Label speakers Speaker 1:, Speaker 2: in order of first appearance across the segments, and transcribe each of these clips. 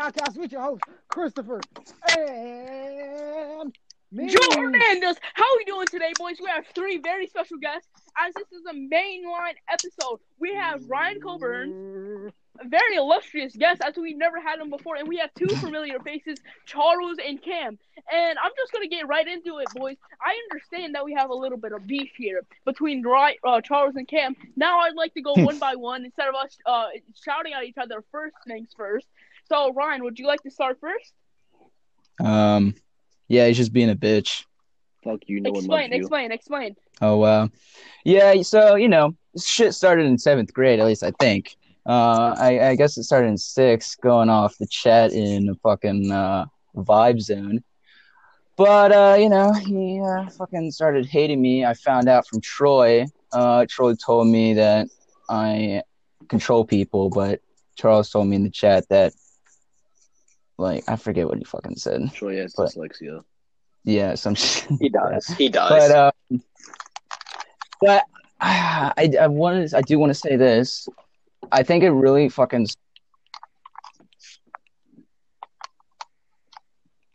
Speaker 1: Podcast with your host, Christopher and me.
Speaker 2: Joe Hernandez, how are we doing today, boys? We have three very special guests. As this is a mainline episode, we have Ryan Coburn, a very illustrious guest, as we've never had him before, and we have two familiar faces, Charles and Cam. And I'm just gonna get right into it, boys. I understand that we have a little bit of beef here between Ry- uh, Charles and Cam. Now I'd like to go one by one instead of us uh, shouting at each other. First things first. So Ryan, would you like to start first?
Speaker 3: Um, yeah, he's just being a bitch.
Speaker 4: Fuck you, no one
Speaker 2: explain,
Speaker 4: loves you.
Speaker 2: explain, explain.
Speaker 3: Oh wow, yeah. So you know, this shit started in seventh grade, at least I think. Uh, I, I guess it started in sixth, going off the chat in a fucking uh, vibe zone. But uh, you know, he uh, fucking started hating me. I found out from Troy. Uh, Troy told me that I control people, but Charles told me in the chat that, like, I forget what he fucking said.
Speaker 4: Troy has
Speaker 3: But-
Speaker 4: dyslexia. uh,
Speaker 3: Yeah, some shit.
Speaker 5: He does. He does.
Speaker 3: but um, but ah, I I wanted I do want to say this. I think it really fucking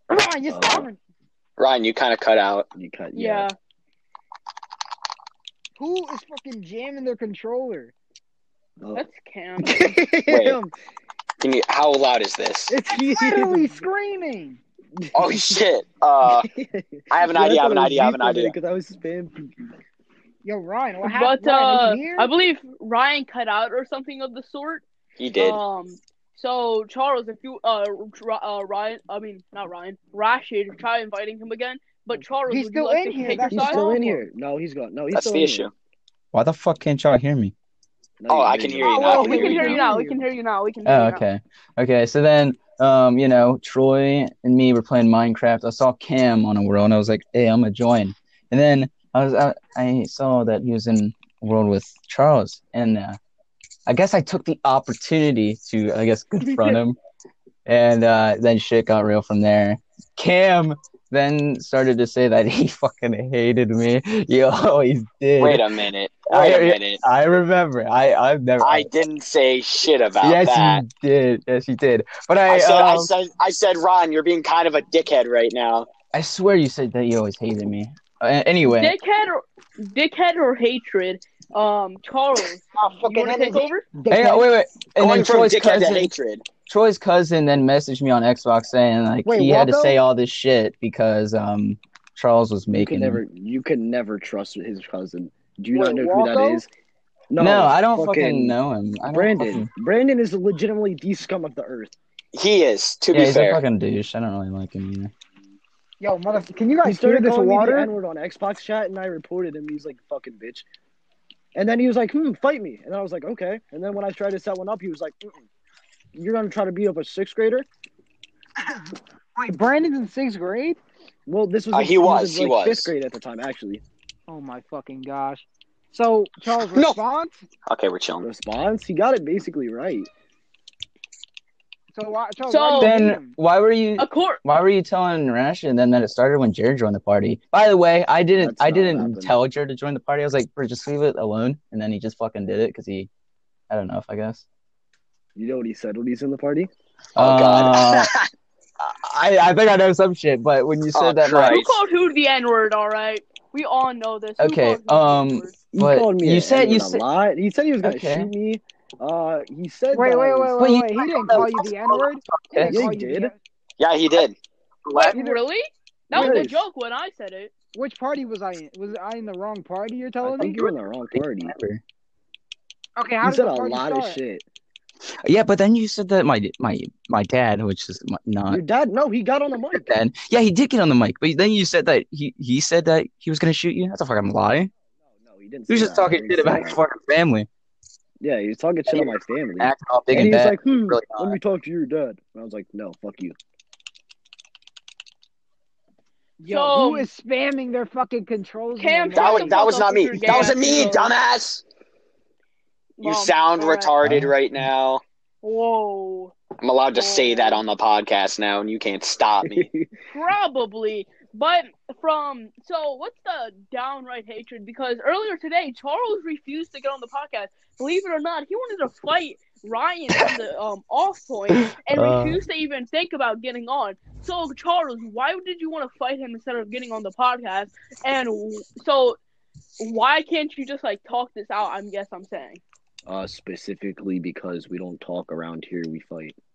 Speaker 1: Ryan, you're
Speaker 4: Uh-huh.
Speaker 1: stubborn.
Speaker 5: Ryan, you kind of cut out.
Speaker 4: You cut.
Speaker 2: Yeah.
Speaker 4: Yeah.
Speaker 1: Who is fucking jamming their controller?
Speaker 4: Oh,
Speaker 2: That's Cam.
Speaker 1: Damn,
Speaker 5: Can you? How loud is this?
Speaker 1: it's literally screaming.
Speaker 5: Oh shit! Uh, I have an idea. I have an idea. I have an idea.
Speaker 4: Because I was spam peeking.
Speaker 1: Yo, Ryan, what happened?
Speaker 2: But
Speaker 1: Ryan,
Speaker 2: uh,
Speaker 1: are you here?
Speaker 2: I believe Ryan cut out or something of the sort.
Speaker 5: He did.
Speaker 2: Um, so Charles, if you uh, Ra- uh Ryan, I mean not Ryan, Rashid, try inviting him again. But Charles,
Speaker 1: He's
Speaker 2: would
Speaker 1: still
Speaker 2: you like
Speaker 1: in
Speaker 2: to
Speaker 1: here,
Speaker 2: Take
Speaker 1: that's
Speaker 2: your
Speaker 4: He's
Speaker 2: side?
Speaker 4: still in here. No, he's gone. No, he's
Speaker 5: That's
Speaker 4: still
Speaker 5: the
Speaker 4: in
Speaker 5: issue.
Speaker 4: Here.
Speaker 3: Why the fuck can't y'all hear me?
Speaker 4: No,
Speaker 5: Oh,
Speaker 4: he's
Speaker 5: I
Speaker 4: in
Speaker 5: can
Speaker 4: here.
Speaker 5: hear you
Speaker 2: Oh,
Speaker 5: now.
Speaker 2: well, we can hear you now. We can hear you now. We can. Hear
Speaker 3: Oh,
Speaker 2: you now.
Speaker 3: okay, okay. So then, um, you know, Troy and me were playing Minecraft. I saw Cam on a world, and I was like, "Hey, I'm gonna join." And then I was I, I saw that he was in a world with Charles, and uh, I guess I took the opportunity to, I guess, confront him, and uh, then shit got real from there. Cam then started to say that he fucking hated me. Yo, he did.
Speaker 5: Wait a minute.
Speaker 3: I-
Speaker 5: Wait a minute.
Speaker 3: I remember. I I've never.
Speaker 5: I didn't say shit about
Speaker 3: yes,
Speaker 5: that.
Speaker 3: you did. Yes, you did. But I
Speaker 5: I said, I
Speaker 3: um,
Speaker 5: said, I said, Ron, you're being kind of a dickhead right now.
Speaker 3: I swear you said that you always hated me. Uh, anyway,
Speaker 2: Dickhead or dickhead or hatred. Um, Charles, you want to take over?
Speaker 3: hang on, uh, wait, wait. And
Speaker 5: Going
Speaker 3: then
Speaker 5: from
Speaker 3: Troy's
Speaker 5: dickhead to
Speaker 3: cousin,
Speaker 5: hatred.
Speaker 3: Troy's cousin then messaged me on Xbox saying like
Speaker 1: Wait,
Speaker 3: he had to
Speaker 1: Waldo?
Speaker 3: say all this shit because um Charles was
Speaker 4: You can
Speaker 3: making.
Speaker 4: never. You can never trust his cousin. Do you not
Speaker 1: Wait,
Speaker 4: know who
Speaker 1: Waldo?
Speaker 4: that is?
Speaker 3: No, I don't fucking,
Speaker 5: uh,
Speaker 3: know him. I don't
Speaker 4: Brandon.
Speaker 3: fucking-
Speaker 4: Brandon is legitimately the scum of the earth.
Speaker 5: He is. To
Speaker 3: yeah,
Speaker 5: be
Speaker 3: he's
Speaker 5: fair,
Speaker 3: a fucking douche. I don't really like him either.
Speaker 1: Yo, mother, can you
Speaker 4: He
Speaker 1: guys hear
Speaker 4: started
Speaker 1: this
Speaker 4: calling me the
Speaker 1: water?
Speaker 4: N-word on Xbox chat, and I reported him. He's like, "Fucking bitch." And then he was like, "Hmm, fight me." And I was like, "Okay." And then when I tried to set one up, he was like, Mm-mm. "You're gonna try to beat up a sixth grader?"
Speaker 1: Wait, Brandon's in sixth grade?
Speaker 4: Well, this was
Speaker 5: Uh,
Speaker 4: in-
Speaker 5: he was, he
Speaker 4: in,
Speaker 5: was.
Speaker 4: like, fifth grade at the time, actually.
Speaker 1: Oh my fucking gosh. So, Charles,
Speaker 5: No.
Speaker 1: response?
Speaker 5: okay, we're chilling.
Speaker 4: Response: He got it basically right.
Speaker 1: So, why, Charles,
Speaker 2: So-
Speaker 1: why do you hate
Speaker 3: Then
Speaker 1: him?
Speaker 3: why were you?
Speaker 2: Of course.
Speaker 3: Why were you telling Rash and then that it started when Jared joined the party? By the way, I didn't.
Speaker 4: That's
Speaker 3: I
Speaker 4: not what
Speaker 3: didn't
Speaker 4: happened.
Speaker 3: tell Jared to join the party. I was like, "Bro, just leave it alone." And then he just fucking did it because he, I don't know if I guess.
Speaker 4: You know what he said when he's in the party?
Speaker 5: Oh,
Speaker 3: Uh,
Speaker 5: God.
Speaker 3: I I think I know some shit, but when you said
Speaker 5: Oh,
Speaker 3: that,
Speaker 5: Christ.
Speaker 2: Who called who the N word? All right, we all know this. Who called
Speaker 3: Okay,
Speaker 2: who the
Speaker 3: um,
Speaker 2: N-word?
Speaker 4: He
Speaker 3: But
Speaker 4: called me
Speaker 3: you
Speaker 4: an
Speaker 3: said- you
Speaker 4: N-word a
Speaker 3: said-
Speaker 4: lot. He said he was gonna
Speaker 3: Okay.
Speaker 4: shoot me. Uh, he said.
Speaker 1: Wait,
Speaker 4: that
Speaker 1: wait,
Speaker 4: I
Speaker 1: wait,
Speaker 4: was-
Speaker 3: Well,
Speaker 1: wait,
Speaker 3: you-
Speaker 1: wait. He didn't call you the N word?
Speaker 3: Yeah,
Speaker 4: he did.
Speaker 5: yeah, he did.
Speaker 2: Wait, really? That was a
Speaker 4: Yes.
Speaker 2: joke when I said it.
Speaker 1: Which party was I in? Was I in the wrong party? You're
Speaker 4: I
Speaker 1: telling me?
Speaker 4: think you're in the wrong party.
Speaker 1: Okay, how
Speaker 4: He
Speaker 1: did the
Speaker 4: said a
Speaker 1: party
Speaker 4: lot
Speaker 1: start?
Speaker 4: of shit.
Speaker 3: yeah, but then you said that my my my dad, which is my, not
Speaker 4: Your dad? No, he got on the mic.
Speaker 3: then. Yeah, he did get on the mic, but then you said that he he said that he was gonna shoot you. That's a fucking lie.
Speaker 4: No, no, he didn't.
Speaker 3: He was
Speaker 4: say
Speaker 3: just
Speaker 4: that. I
Speaker 3: talking
Speaker 4: didn't
Speaker 3: shit
Speaker 4: say
Speaker 3: about
Speaker 4: that.
Speaker 3: his fucking family,
Speaker 4: Yeah, he was talking shit on my family.
Speaker 3: acting all big
Speaker 4: and
Speaker 3: and,
Speaker 4: he was
Speaker 3: bad.
Speaker 4: like, hmm,
Speaker 3: really
Speaker 4: let me talk to your dad. And I was like, no, fuck you.
Speaker 1: Yo,
Speaker 2: So-
Speaker 1: who is spamming their fucking controls? in
Speaker 2: Cam,
Speaker 1: the
Speaker 5: That
Speaker 2: Shut
Speaker 5: was
Speaker 1: morning?
Speaker 2: the
Speaker 5: that
Speaker 2: fuck
Speaker 5: was
Speaker 2: up
Speaker 5: not
Speaker 2: with
Speaker 5: me.
Speaker 2: your
Speaker 5: That wasn't
Speaker 2: gay
Speaker 5: me,
Speaker 2: ass.
Speaker 5: dumbass. You
Speaker 2: Mom,
Speaker 5: sound
Speaker 2: all right.
Speaker 5: retarded
Speaker 3: Huh?
Speaker 5: right now.
Speaker 2: Whoa.
Speaker 5: I'm allowed to say that on the podcast now, and you can't stop me.
Speaker 2: Probably, but from so what's the downright hatred? Because earlier today, Charles refused to get on the podcast. Believe it or not, he wanted to fight Ryan on the um off point and
Speaker 3: Uh.
Speaker 2: refused to even think about getting on. So Charles, why did you want to fight him instead of getting on the podcast? And w- so why can't you just like talk this out? I guess I'm saying.
Speaker 4: Uh, specifically because we don't talk around here. We fight.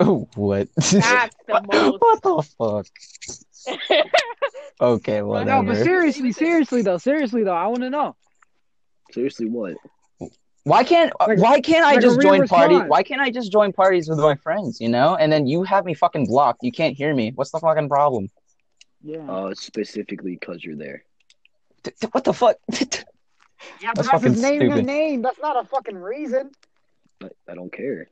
Speaker 3: Oh, what?
Speaker 2: That's the most.
Speaker 3: what the fuck? Okay,
Speaker 2: Well,
Speaker 1: No,
Speaker 3: whatever.
Speaker 1: but seriously, seriously though, seriously though, I want to know.
Speaker 4: Seriously, what?
Speaker 3: why can't uh,
Speaker 1: Like-
Speaker 3: why can't I
Speaker 1: like a
Speaker 3: just join
Speaker 1: reverse
Speaker 3: party?
Speaker 1: mod.
Speaker 3: Why can't I just join parties with my friends? You know, and then you have me fucking blocked. You can't hear me. What's the fucking problem?
Speaker 2: Hmm.
Speaker 1: Yeah.
Speaker 4: Uh, specifically because you're there.
Speaker 3: D- d- what the fuck?
Speaker 1: yeah,
Speaker 3: that's fucking stupid.
Speaker 1: name. That's not a fucking reason.
Speaker 4: I, I don't care.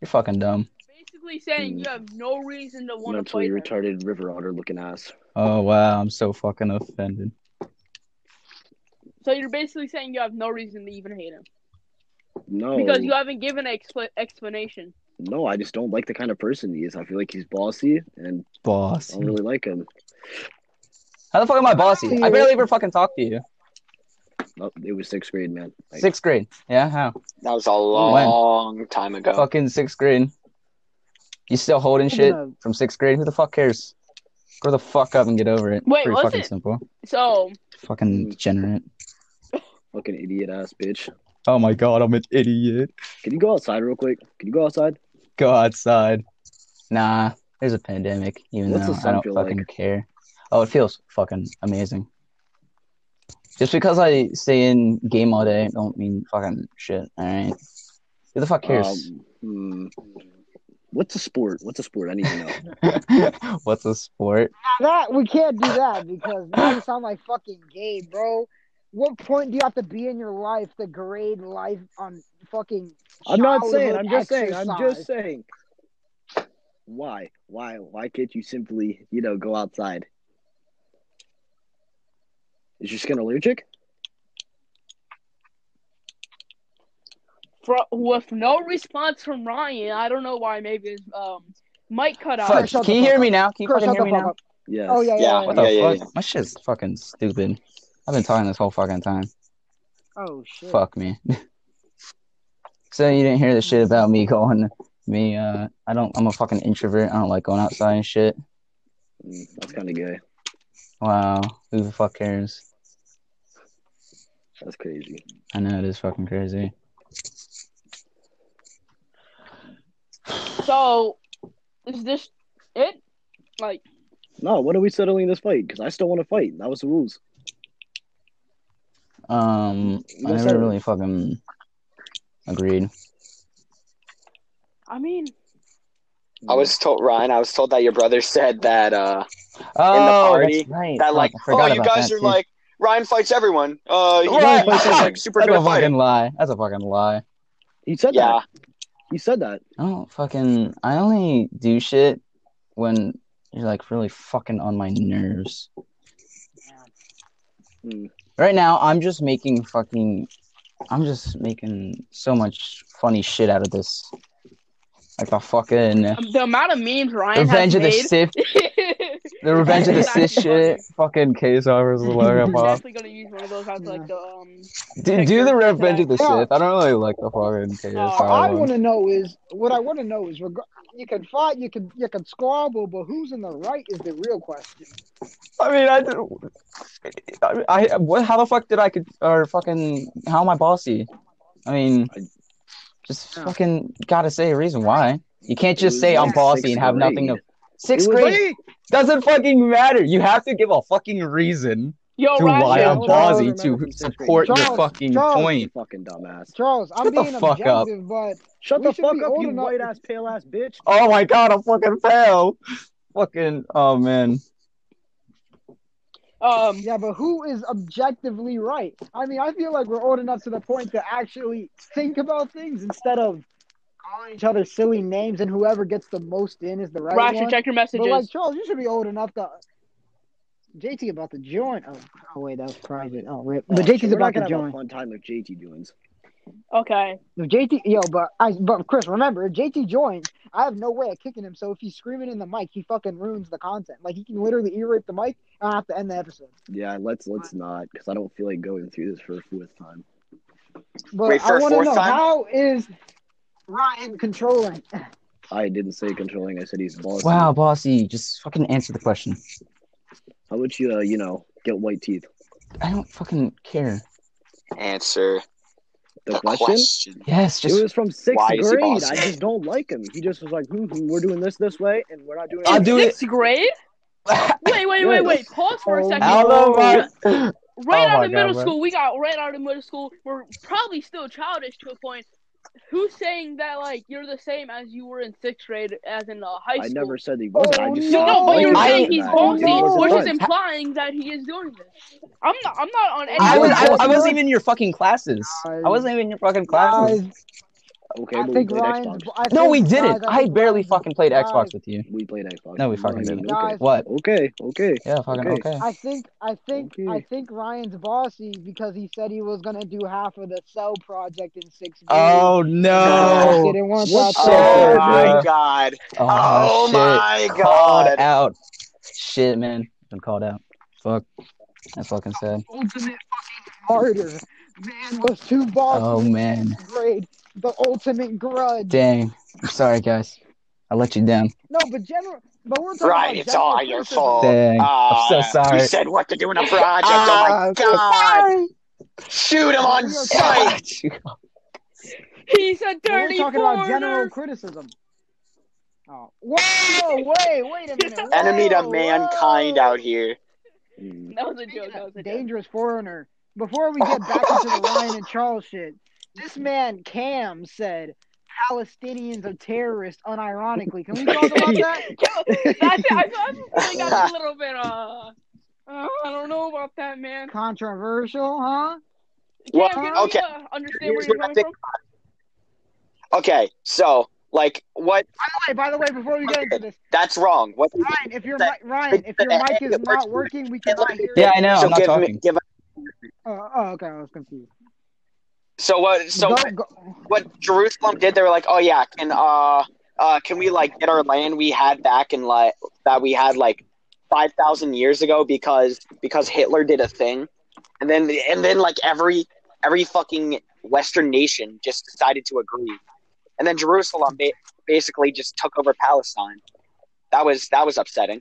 Speaker 3: You're fucking dumb.
Speaker 2: Basically saying you have no reason to want to
Speaker 4: Mentally
Speaker 2: fight him.
Speaker 4: retarded river otter looking ass.
Speaker 3: Oh wow, I'm so fucking offended.
Speaker 2: So you're basically saying you have no reason to even hate him
Speaker 4: No,
Speaker 3: Oh.
Speaker 2: because you haven't given an expla explanation.
Speaker 4: no, I just don't like the kind of person he is. I feel like he's bossy, and I
Speaker 3: Boss.
Speaker 4: don't really like him.
Speaker 3: How the fuck am I bossy? I barely ever fucking talk to you.
Speaker 4: No, Oh, It was sixth grade, man. Like,
Speaker 3: Sixth grade. Yeah, how?
Speaker 5: That was a long time ago.
Speaker 3: Fucking sixth grade. You still holding shit
Speaker 1: Speaking
Speaker 3: from sixth grade? Who the fuck cares? Grow the fuck up and get over it.
Speaker 2: Wait,
Speaker 3: Pretty
Speaker 2: was
Speaker 3: fucking
Speaker 2: it-
Speaker 3: simple.
Speaker 2: So
Speaker 3: Fucking
Speaker 4: Mm.
Speaker 3: degenerate.
Speaker 4: fucking idiot ass bitch.
Speaker 3: Oh my god, I'm an idiot.
Speaker 4: Can you go outside real quick? Can you go outside?
Speaker 3: Go outside. Nah, there's a pandemic, even
Speaker 4: What's
Speaker 3: though
Speaker 4: the sun
Speaker 3: I don't
Speaker 4: feel
Speaker 3: fucking
Speaker 4: like?
Speaker 3: care. Oh, it feels fucking amazing. Just because I stay in game all day don't mean fucking shit, alright? Who the fuck cares?
Speaker 4: Um, hmm. What's a sport? What's a sport? I need to know.
Speaker 3: What's a sport?
Speaker 1: of that we can't do that because now you sound like fucking gay, bro. What point do you have to be in your life to grade life on fucking?
Speaker 4: I'm not saying. I'm
Speaker 1: childhood
Speaker 4: just saying. I'm just
Speaker 1: exercise?
Speaker 4: saying. Why? Why? Why can't you simply, you know, go outside? Is your skin allergic?
Speaker 2: fro- with no response from Ryan, I don't know why. Maybe his um mic cut out.
Speaker 1: Fuck.
Speaker 3: Fudge,
Speaker 1: shut
Speaker 3: can
Speaker 1: the
Speaker 3: you
Speaker 1: fuck
Speaker 3: hear
Speaker 1: up.
Speaker 3: me now? Can you
Speaker 1: Girl,
Speaker 3: fucking
Speaker 1: shut the
Speaker 3: hear me
Speaker 1: fuck
Speaker 3: now?
Speaker 1: up.
Speaker 4: Yes.
Speaker 1: Oh yeah, yeah,
Speaker 5: Yeah,
Speaker 1: yeah,
Speaker 3: What
Speaker 1: yeah.
Speaker 3: the
Speaker 5: yeah,
Speaker 3: fuck?
Speaker 5: yeah.
Speaker 3: My shit's fucking stupid. I've been talking this whole fucking time.
Speaker 1: Oh shit.
Speaker 3: Fuck me. so you didn't hear the shit about me going me uh I don't I'm a fucking introvert. I don't like going outside and shit.
Speaker 4: Mm, That's kind of gay.
Speaker 3: Wow. Who the fuck cares?
Speaker 4: That's crazy.
Speaker 3: I know it is fucking crazy.
Speaker 2: So is this it? Like
Speaker 4: No, when are we settling this fight? Because I still want to fight. That was the rules.
Speaker 3: Um I
Speaker 4: Yes,
Speaker 3: never
Speaker 4: sir.
Speaker 3: really fucking agreed.
Speaker 2: I mean,
Speaker 5: I was told, Ryan, I was told that your brother said that, uh,
Speaker 3: Oh,
Speaker 5: party,
Speaker 3: that's right.
Speaker 5: that
Speaker 3: Fuck,
Speaker 5: like,
Speaker 3: I
Speaker 5: oh,
Speaker 3: forgot
Speaker 5: you
Speaker 3: about
Speaker 5: guys
Speaker 3: that,
Speaker 5: are
Speaker 3: too.
Speaker 5: like, Ryan fights everyone. Uh, he-
Speaker 3: Right.
Speaker 5: he's like super
Speaker 3: That's
Speaker 5: good
Speaker 3: a fucking
Speaker 5: at fighting.
Speaker 3: lie. That's a fucking lie.
Speaker 4: He said
Speaker 5: Yeah.
Speaker 4: that. He said that.
Speaker 3: I don't fucking I only do shit when you're like really fucking on my nerves.
Speaker 4: Mm.
Speaker 3: Right now, I'm just making fucking. I'm just making so much funny shit out of this. Like the fucking
Speaker 2: um, the amount of memes Ryan
Speaker 3: Revenge of
Speaker 2: has
Speaker 3: the
Speaker 2: made.
Speaker 3: Sith, the Revenge of the
Speaker 2: That's
Speaker 3: Sith
Speaker 2: actually
Speaker 3: shit. Fucking Kazar versus Lara
Speaker 2: I'm
Speaker 3: Pop.
Speaker 2: definitely gonna use one of those. As, like the um.
Speaker 3: Do, do the Revenge of the
Speaker 1: Yeah.
Speaker 3: Sith. I don't really like the fucking
Speaker 2: Oh,
Speaker 1: I
Speaker 3: Kazar
Speaker 1: want
Speaker 3: one.
Speaker 1: to know is what I want to know is reg- you can fight, you can you can squabble, but who's in the right is the real question.
Speaker 3: I mean, I didn't. I, I what? How the fuck did I could or fucking? How am I bossy? I mean, just
Speaker 1: Yeah.
Speaker 3: fucking gotta say a reason why. You can't
Speaker 4: It
Speaker 3: just say
Speaker 4: was
Speaker 3: I'm
Speaker 4: like
Speaker 3: bossy
Speaker 4: sixth
Speaker 3: and have nothing
Speaker 4: grade.
Speaker 3: to. Sixth
Speaker 4: It was
Speaker 3: grade.
Speaker 4: like-
Speaker 3: Doesn't fucking matter. You have to give a fucking reason
Speaker 2: Yo,
Speaker 3: to
Speaker 2: Oh, Ryan.
Speaker 3: why
Speaker 1: yeah,
Speaker 3: I'm
Speaker 1: Charles,
Speaker 3: bossy
Speaker 4: remember
Speaker 3: to
Speaker 4: from sixth
Speaker 3: support
Speaker 1: grade.
Speaker 3: your
Speaker 1: Charles,
Speaker 3: fucking
Speaker 1: Charles.
Speaker 4: You
Speaker 3: point.
Speaker 4: fucking dumbass.
Speaker 1: Charles, I'm
Speaker 3: Shut the
Speaker 1: being
Speaker 3: fuck up.
Speaker 1: objective, but
Speaker 4: Shut
Speaker 1: We
Speaker 4: the
Speaker 1: should
Speaker 4: fuck
Speaker 1: be
Speaker 4: up,
Speaker 1: old
Speaker 4: you
Speaker 1: enough-
Speaker 4: white ass, pale ass bitch.
Speaker 3: Oh my god, I'm fucking fail. Fucking oh man.
Speaker 2: Um.
Speaker 1: yeah, but who is objectively right? I mean, I feel like we're old enough to the point to actually think about things instead of calling each other silly names, and whoever gets the most in is the right
Speaker 2: Ryan,
Speaker 1: one.
Speaker 2: check your
Speaker 1: But like
Speaker 2: messages.
Speaker 1: Charles, you should be old enough to. JT about to join. Oh, oh wait, that was private. Oh, rip. But
Speaker 4: Oh, shit,
Speaker 1: JT's
Speaker 4: we're not
Speaker 1: about to
Speaker 4: gonna have
Speaker 1: join.
Speaker 4: a fun time if JT joins.
Speaker 2: okay.
Speaker 1: If JT, yo, but I, but Chris, remember, if JT joins, I have no way of kicking him. So if he's screaming in the mic, he fucking ruins the content. Like he can literally ear rape the mic, and I have to end the episode.
Speaker 4: Yeah, let's let's not, because I don't feel like going through this for a fourth time.
Speaker 1: But
Speaker 5: Wait for
Speaker 1: I
Speaker 5: a
Speaker 1: want to
Speaker 5: fourth
Speaker 1: know
Speaker 5: time?
Speaker 1: how is Ryan controlling?
Speaker 4: I didn't say controlling. I said he's bossy.
Speaker 3: Wow, bossy, just fucking answer the question.
Speaker 4: How about you, uh, you know, get white teeth?
Speaker 3: I don't fucking care.
Speaker 5: Answer
Speaker 4: The,
Speaker 5: the
Speaker 4: question?
Speaker 5: question.
Speaker 3: Yes,
Speaker 4: it
Speaker 3: just
Speaker 4: was from sixth
Speaker 5: why is he
Speaker 4: grade.
Speaker 5: bossy?
Speaker 4: I just don't like him. He just was like, hmm, hmm, we're doing this this way, and we're not doing
Speaker 3: I'll
Speaker 2: In
Speaker 3: do it.
Speaker 2: sixth grade? Wait, wait, wait, wait. Pause for a second.
Speaker 3: Hello, Mark.
Speaker 2: Right
Speaker 3: Oh
Speaker 2: out
Speaker 3: my
Speaker 2: of
Speaker 3: God,
Speaker 2: middle
Speaker 3: bro.
Speaker 2: school, we got right out of middle school. We're probably still childish to a point. Who's saying that like you're the same as you were in sixth grade as in uh, high school?
Speaker 4: I never said he wasn't. I just
Speaker 2: Oh, No,
Speaker 4: said
Speaker 2: no,
Speaker 4: I
Speaker 2: but
Speaker 4: didn't
Speaker 2: you're
Speaker 4: like
Speaker 2: saying
Speaker 4: him
Speaker 2: he's
Speaker 4: at all.
Speaker 2: bossy,
Speaker 4: He wasn't
Speaker 2: which is
Speaker 4: fun.
Speaker 2: implying that he is doing this. I'm not. I'm not on any.
Speaker 3: I, was, I, I
Speaker 1: Guys.
Speaker 3: wasn't even in your fucking classes. I wasn't even in your fucking classes.
Speaker 1: Guys, I
Speaker 4: Okay, but we
Speaker 1: think
Speaker 4: played
Speaker 1: Ryan's.
Speaker 4: Xbox.
Speaker 1: I
Speaker 3: No,
Speaker 1: think-
Speaker 3: we
Speaker 1: guys,
Speaker 3: didn't. I
Speaker 1: think
Speaker 3: barely
Speaker 1: Ryan's-
Speaker 3: fucking played
Speaker 1: guys,
Speaker 3: Xbox with you.
Speaker 4: We played Xbox.
Speaker 3: No, we
Speaker 4: You
Speaker 3: fucking
Speaker 4: know what I mean?
Speaker 3: didn't.
Speaker 4: Okay.
Speaker 1: Guys,
Speaker 3: What?
Speaker 4: Okay, okay.
Speaker 3: Yeah, fucking
Speaker 4: Okay.
Speaker 3: okay.
Speaker 1: I think I think
Speaker 4: Okay.
Speaker 1: I think Ryan's bossy because he said he was gonna do half of the cell project in sixth grade.
Speaker 3: Oh
Speaker 1: He
Speaker 3: no!
Speaker 1: didn't want
Speaker 3: What
Speaker 1: that
Speaker 3: shit,
Speaker 1: thing.
Speaker 5: Oh
Speaker 3: bro.
Speaker 5: my god.
Speaker 3: Oh,
Speaker 5: Oh
Speaker 3: shit.
Speaker 5: my
Speaker 3: Called
Speaker 5: God.
Speaker 3: out. Shit, man. Been called out. Fuck. That's fucking sad.
Speaker 1: ultimate fucking martyr. Man was too bossy.
Speaker 3: Oh man.
Speaker 1: Grade the ultimate grudge.
Speaker 3: Dang. I'm sorry, guys. I let you down.
Speaker 1: No, but general. But we're talking
Speaker 5: Right,
Speaker 1: about
Speaker 5: it's all
Speaker 1: general
Speaker 5: your
Speaker 1: criticism.
Speaker 5: fault.
Speaker 3: Dang.
Speaker 5: Ah,
Speaker 3: I'm so sorry. Ah,
Speaker 5: You said what to do in a project. oh my god. Shoot him on
Speaker 1: We are
Speaker 5: sight.
Speaker 2: He's a
Speaker 1: But
Speaker 2: dirty
Speaker 1: we're talking about general
Speaker 2: foreigner.
Speaker 1: criticism. Oh, whoa, wait, wait a minute. Whoa,
Speaker 5: Enemy to mankind
Speaker 1: whoa.
Speaker 5: out here.
Speaker 4: Mm.
Speaker 2: That was a joke. That was a joke.
Speaker 1: dangerous foreigner. Before we get back into the Ryan and Charles shit, this man Cam said Palestinians are terrorists unironically. Can we talk about that?
Speaker 2: That's it. I thought I got a little bit. Uh, uh,
Speaker 1: Uh-huh.
Speaker 2: I don't know about that, man.
Speaker 1: Controversial, huh?
Speaker 2: Cam,
Speaker 5: Well,
Speaker 2: can
Speaker 5: okay.
Speaker 2: we uh, understand where
Speaker 5: Here's
Speaker 2: you're
Speaker 5: what I
Speaker 2: coming
Speaker 5: think
Speaker 2: from?
Speaker 5: Okay, so like what
Speaker 1: By the way, by the way, before we get into this,
Speaker 5: that's wrong. What
Speaker 1: Ryan, if your mi- Ryan, if your mic is not working, we cannot hear you.
Speaker 3: Yeah, I know.
Speaker 5: so
Speaker 3: I'm not
Speaker 5: give
Speaker 3: talking.
Speaker 5: me give
Speaker 1: Oh, oh, okay, I was confused.
Speaker 5: so what so
Speaker 1: Go-
Speaker 5: what,
Speaker 1: go-
Speaker 5: what Jerusalem did they were like, Oh yeah, can uh uh can we like get our land we had back in like that we had like five thousand years ago because because Hitler did a thing and then and then like every every fucking Western nation just decided to agree. And then Jerusalem ba- basically just took over Palestine. That was that was upsetting.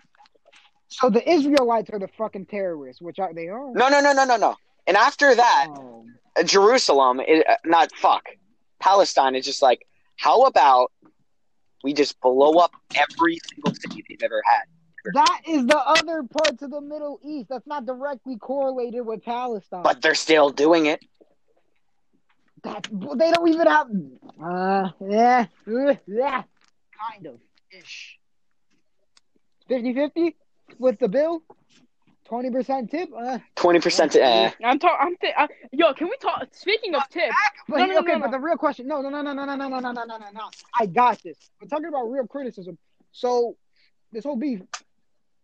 Speaker 1: So the Israelites are the fucking terrorists, which are, they are.
Speaker 5: No, no, no, no, no, no. And after that,
Speaker 1: Oh.
Speaker 5: uh, Jerusalem, is, uh, not fuck, Palestine is just like, how about we just blow up every single city they've ever had?
Speaker 1: That is the other parts of the Middle East. That's not directly correlated with Palestine.
Speaker 5: But they're still doing it.
Speaker 1: That's, they don't even have. Uh, yeah, uh, yeah, kind of ish. 50 50 with the bill, 20% tip. Uh,
Speaker 5: 20% to, eh.
Speaker 2: I'm talking. I'm th- I- Yo, can we talk? Speaking of tips,
Speaker 1: but
Speaker 2: No, no, no,
Speaker 1: okay,
Speaker 2: no, no.
Speaker 1: but the real question no, no, no, no, no, no, no, no, no, no, no, no. I got this. We're talking about real criticism. So, this whole beef,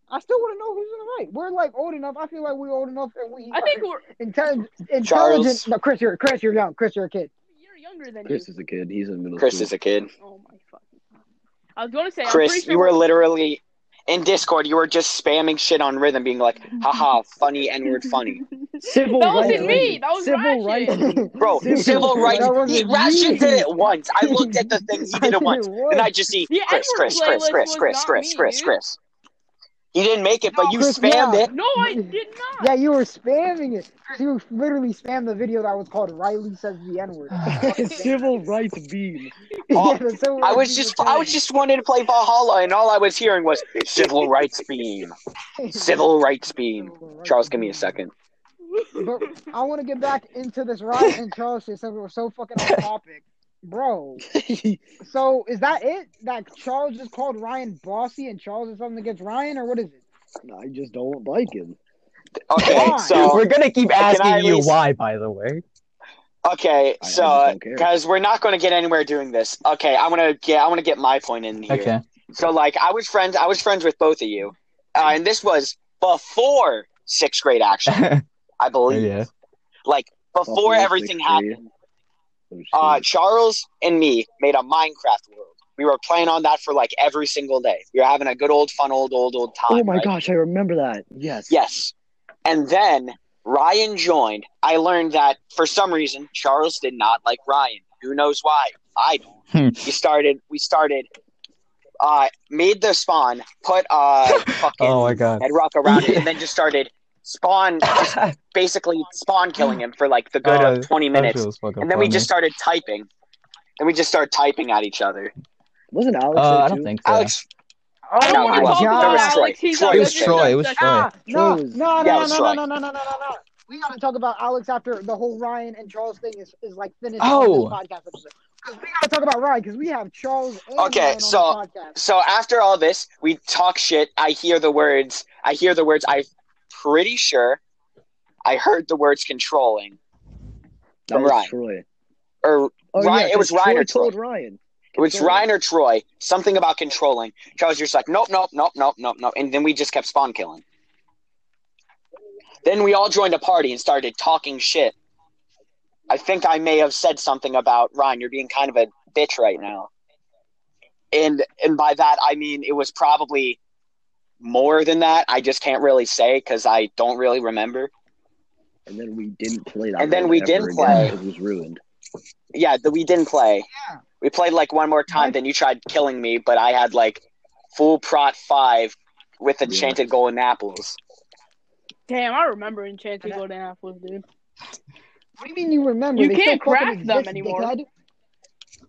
Speaker 1: I still want to know who's in the right. We're like old enough. I feel like we're old enough and we.
Speaker 2: I think we're
Speaker 1: Intelligent, intelligent.
Speaker 5: Charles.
Speaker 1: No, Chris, you're Chris, you're young. Chris, you're a kid.
Speaker 2: you're younger than
Speaker 4: Chris
Speaker 2: you.
Speaker 4: is a kid. He's in middle
Speaker 5: Chris
Speaker 4: school.
Speaker 5: is a kid.
Speaker 2: Oh my fucking. God. I was gonna say, I'm pretty
Speaker 5: Chris,
Speaker 2: sure
Speaker 5: you were literally in Discord, you were just spamming shit on rhythm, being like, haha, funny, N word funny.
Speaker 4: Civil
Speaker 2: That wasn't
Speaker 4: rights.
Speaker 2: me. That was
Speaker 4: Civil
Speaker 2: Ratchet.
Speaker 4: rights.
Speaker 5: Bro,
Speaker 4: Civil
Speaker 5: civil rights.
Speaker 1: That wasn't
Speaker 5: He, Ratchet
Speaker 1: me.
Speaker 5: did it once. I looked at the thing. He
Speaker 1: I
Speaker 5: did it
Speaker 1: did
Speaker 5: once.
Speaker 1: it once.
Speaker 5: Then I just see
Speaker 2: The
Speaker 5: Chris,
Speaker 2: N-word
Speaker 5: Chris, Chris,
Speaker 2: playlist
Speaker 5: Chris,
Speaker 2: was
Speaker 5: Chris,
Speaker 2: not
Speaker 5: Chris,
Speaker 2: me,
Speaker 5: Chris,
Speaker 2: dude.
Speaker 5: Chris. You didn't make it, but you
Speaker 1: Chris,
Speaker 5: spammed
Speaker 1: yeah.
Speaker 5: it.
Speaker 2: No, I did not.
Speaker 1: Yeah, you were spamming it. Chris, You literally spammed the video that was called Riley says the N word.
Speaker 4: Civil rights beam.
Speaker 5: Oh, I was just I was just wanting to play Valhalla, and all I was hearing was civil rights beam, civil rights beam. Charles, give me a second.
Speaker 1: But I want to get back into this Ryan and Charles shit since we were so fucking off topic, bro. So is that it? That Charles just called Ryan bossy and Charles is something against Ryan, or what is it?
Speaker 4: I just don't like him.
Speaker 5: Okay,
Speaker 1: Why?
Speaker 5: so
Speaker 3: We're gonna keep
Speaker 5: I
Speaker 3: asking
Speaker 5: at
Speaker 3: you
Speaker 5: least-
Speaker 3: why, by the way.
Speaker 5: okay,
Speaker 4: I- I just
Speaker 5: so
Speaker 4: don't care.
Speaker 5: guys, we're not going to get anywhere doing this. Okay, I'm gonna get I want to get my point in here.
Speaker 3: Okay.
Speaker 5: So like I was friends I was friends with both of you, uh, and this was before sixth grade action, I believe.
Speaker 3: Oh, yeah.
Speaker 5: Like
Speaker 4: Before
Speaker 5: before
Speaker 4: sixth
Speaker 5: everything
Speaker 4: grade.
Speaker 5: happened.
Speaker 4: Oh, shit.
Speaker 3: Hmm.
Speaker 5: uh, Charles and me made a Minecraft world. We were playing on that for like every single day. We were having a good old fun, old, old, old time.
Speaker 4: oh my
Speaker 5: right?
Speaker 4: gosh, I remember that. Yes.
Speaker 5: Yes. And then Ryan joined, I learned that for some reason Charles did not like Ryan. Who knows why? I don't.
Speaker 3: Hmm.
Speaker 5: we started. We started. Uh, made the spawn, put uh, fucking
Speaker 3: Oh my god.
Speaker 5: Ed Rock around it, and then just started spawn, just basically spawn killing him for like the good
Speaker 3: Oh,
Speaker 5: of twenty minutes, and then we just started typing. And we just started typing at each other.
Speaker 4: Wasn't Alex
Speaker 3: Uh,
Speaker 4: there
Speaker 3: I
Speaker 4: too?
Speaker 3: don't think so.
Speaker 5: Alex,
Speaker 1: Oh
Speaker 5: I know
Speaker 1: my
Speaker 5: he wasn't. There was
Speaker 1: God.
Speaker 5: Troy.
Speaker 2: Alex, he's
Speaker 5: Troy
Speaker 2: on
Speaker 3: it
Speaker 5: was
Speaker 3: was
Speaker 2: this-
Speaker 5: there.
Speaker 3: Troy. It was
Speaker 2: That's-
Speaker 3: Troy.
Speaker 1: Ah, no,
Speaker 4: Troy's-
Speaker 1: no,
Speaker 5: Yeah, it
Speaker 1: no,
Speaker 5: was
Speaker 1: no,
Speaker 5: Troy.
Speaker 1: no, no, no, no, no, no. We gotta talk about Alex after the whole Ryan and Charles thing is, is like finished on this
Speaker 3: Oh.
Speaker 1: podcast episode. Because we gotta talk about Ryan because we have Charles and
Speaker 5: Okay,
Speaker 1: Ryan on
Speaker 5: so-
Speaker 1: the podcast.
Speaker 5: so after all this, we talk shit. I hear the words. I hear the words. I'm pretty sure I heard the words controlling.
Speaker 4: That was
Speaker 5: Ryan.
Speaker 4: Troy.
Speaker 5: Or
Speaker 4: Oh,
Speaker 5: Ryan-
Speaker 4: yeah,
Speaker 5: it was
Speaker 4: 'cause
Speaker 5: Ryan
Speaker 4: Troy
Speaker 5: or Troy.
Speaker 4: told Ryan.
Speaker 5: it was
Speaker 4: Controlling.
Speaker 5: Ryan or Troy. Something about controlling. Charles, you're just like, nope, nope, nope, nope, nope, nope. And then we just kept spawn killing. Then we all joined a party and started talking shit. I think I may have said something about Ryan, you're being kind of a bitch right now. And and by that I mean it was probably more than that. I just can't really say because I don't really remember.
Speaker 4: And then we didn't play that.
Speaker 5: And then
Speaker 4: one
Speaker 5: we
Speaker 4: ever
Speaker 5: didn't
Speaker 4: again
Speaker 5: play.
Speaker 4: 'cause It was ruined.
Speaker 5: Yeah, that we didn't play.
Speaker 1: Yeah.
Speaker 5: We played like one more time, then you tried killing me, but I had like full prot five with enchanted golden apples.
Speaker 2: Damn, I remember Enchanted Golden Apples, dude.
Speaker 1: What do you mean you remember?
Speaker 2: You
Speaker 1: They still
Speaker 2: can't
Speaker 1: fucking
Speaker 2: craft them
Speaker 1: exist,
Speaker 2: anymore.
Speaker 1: dickhead.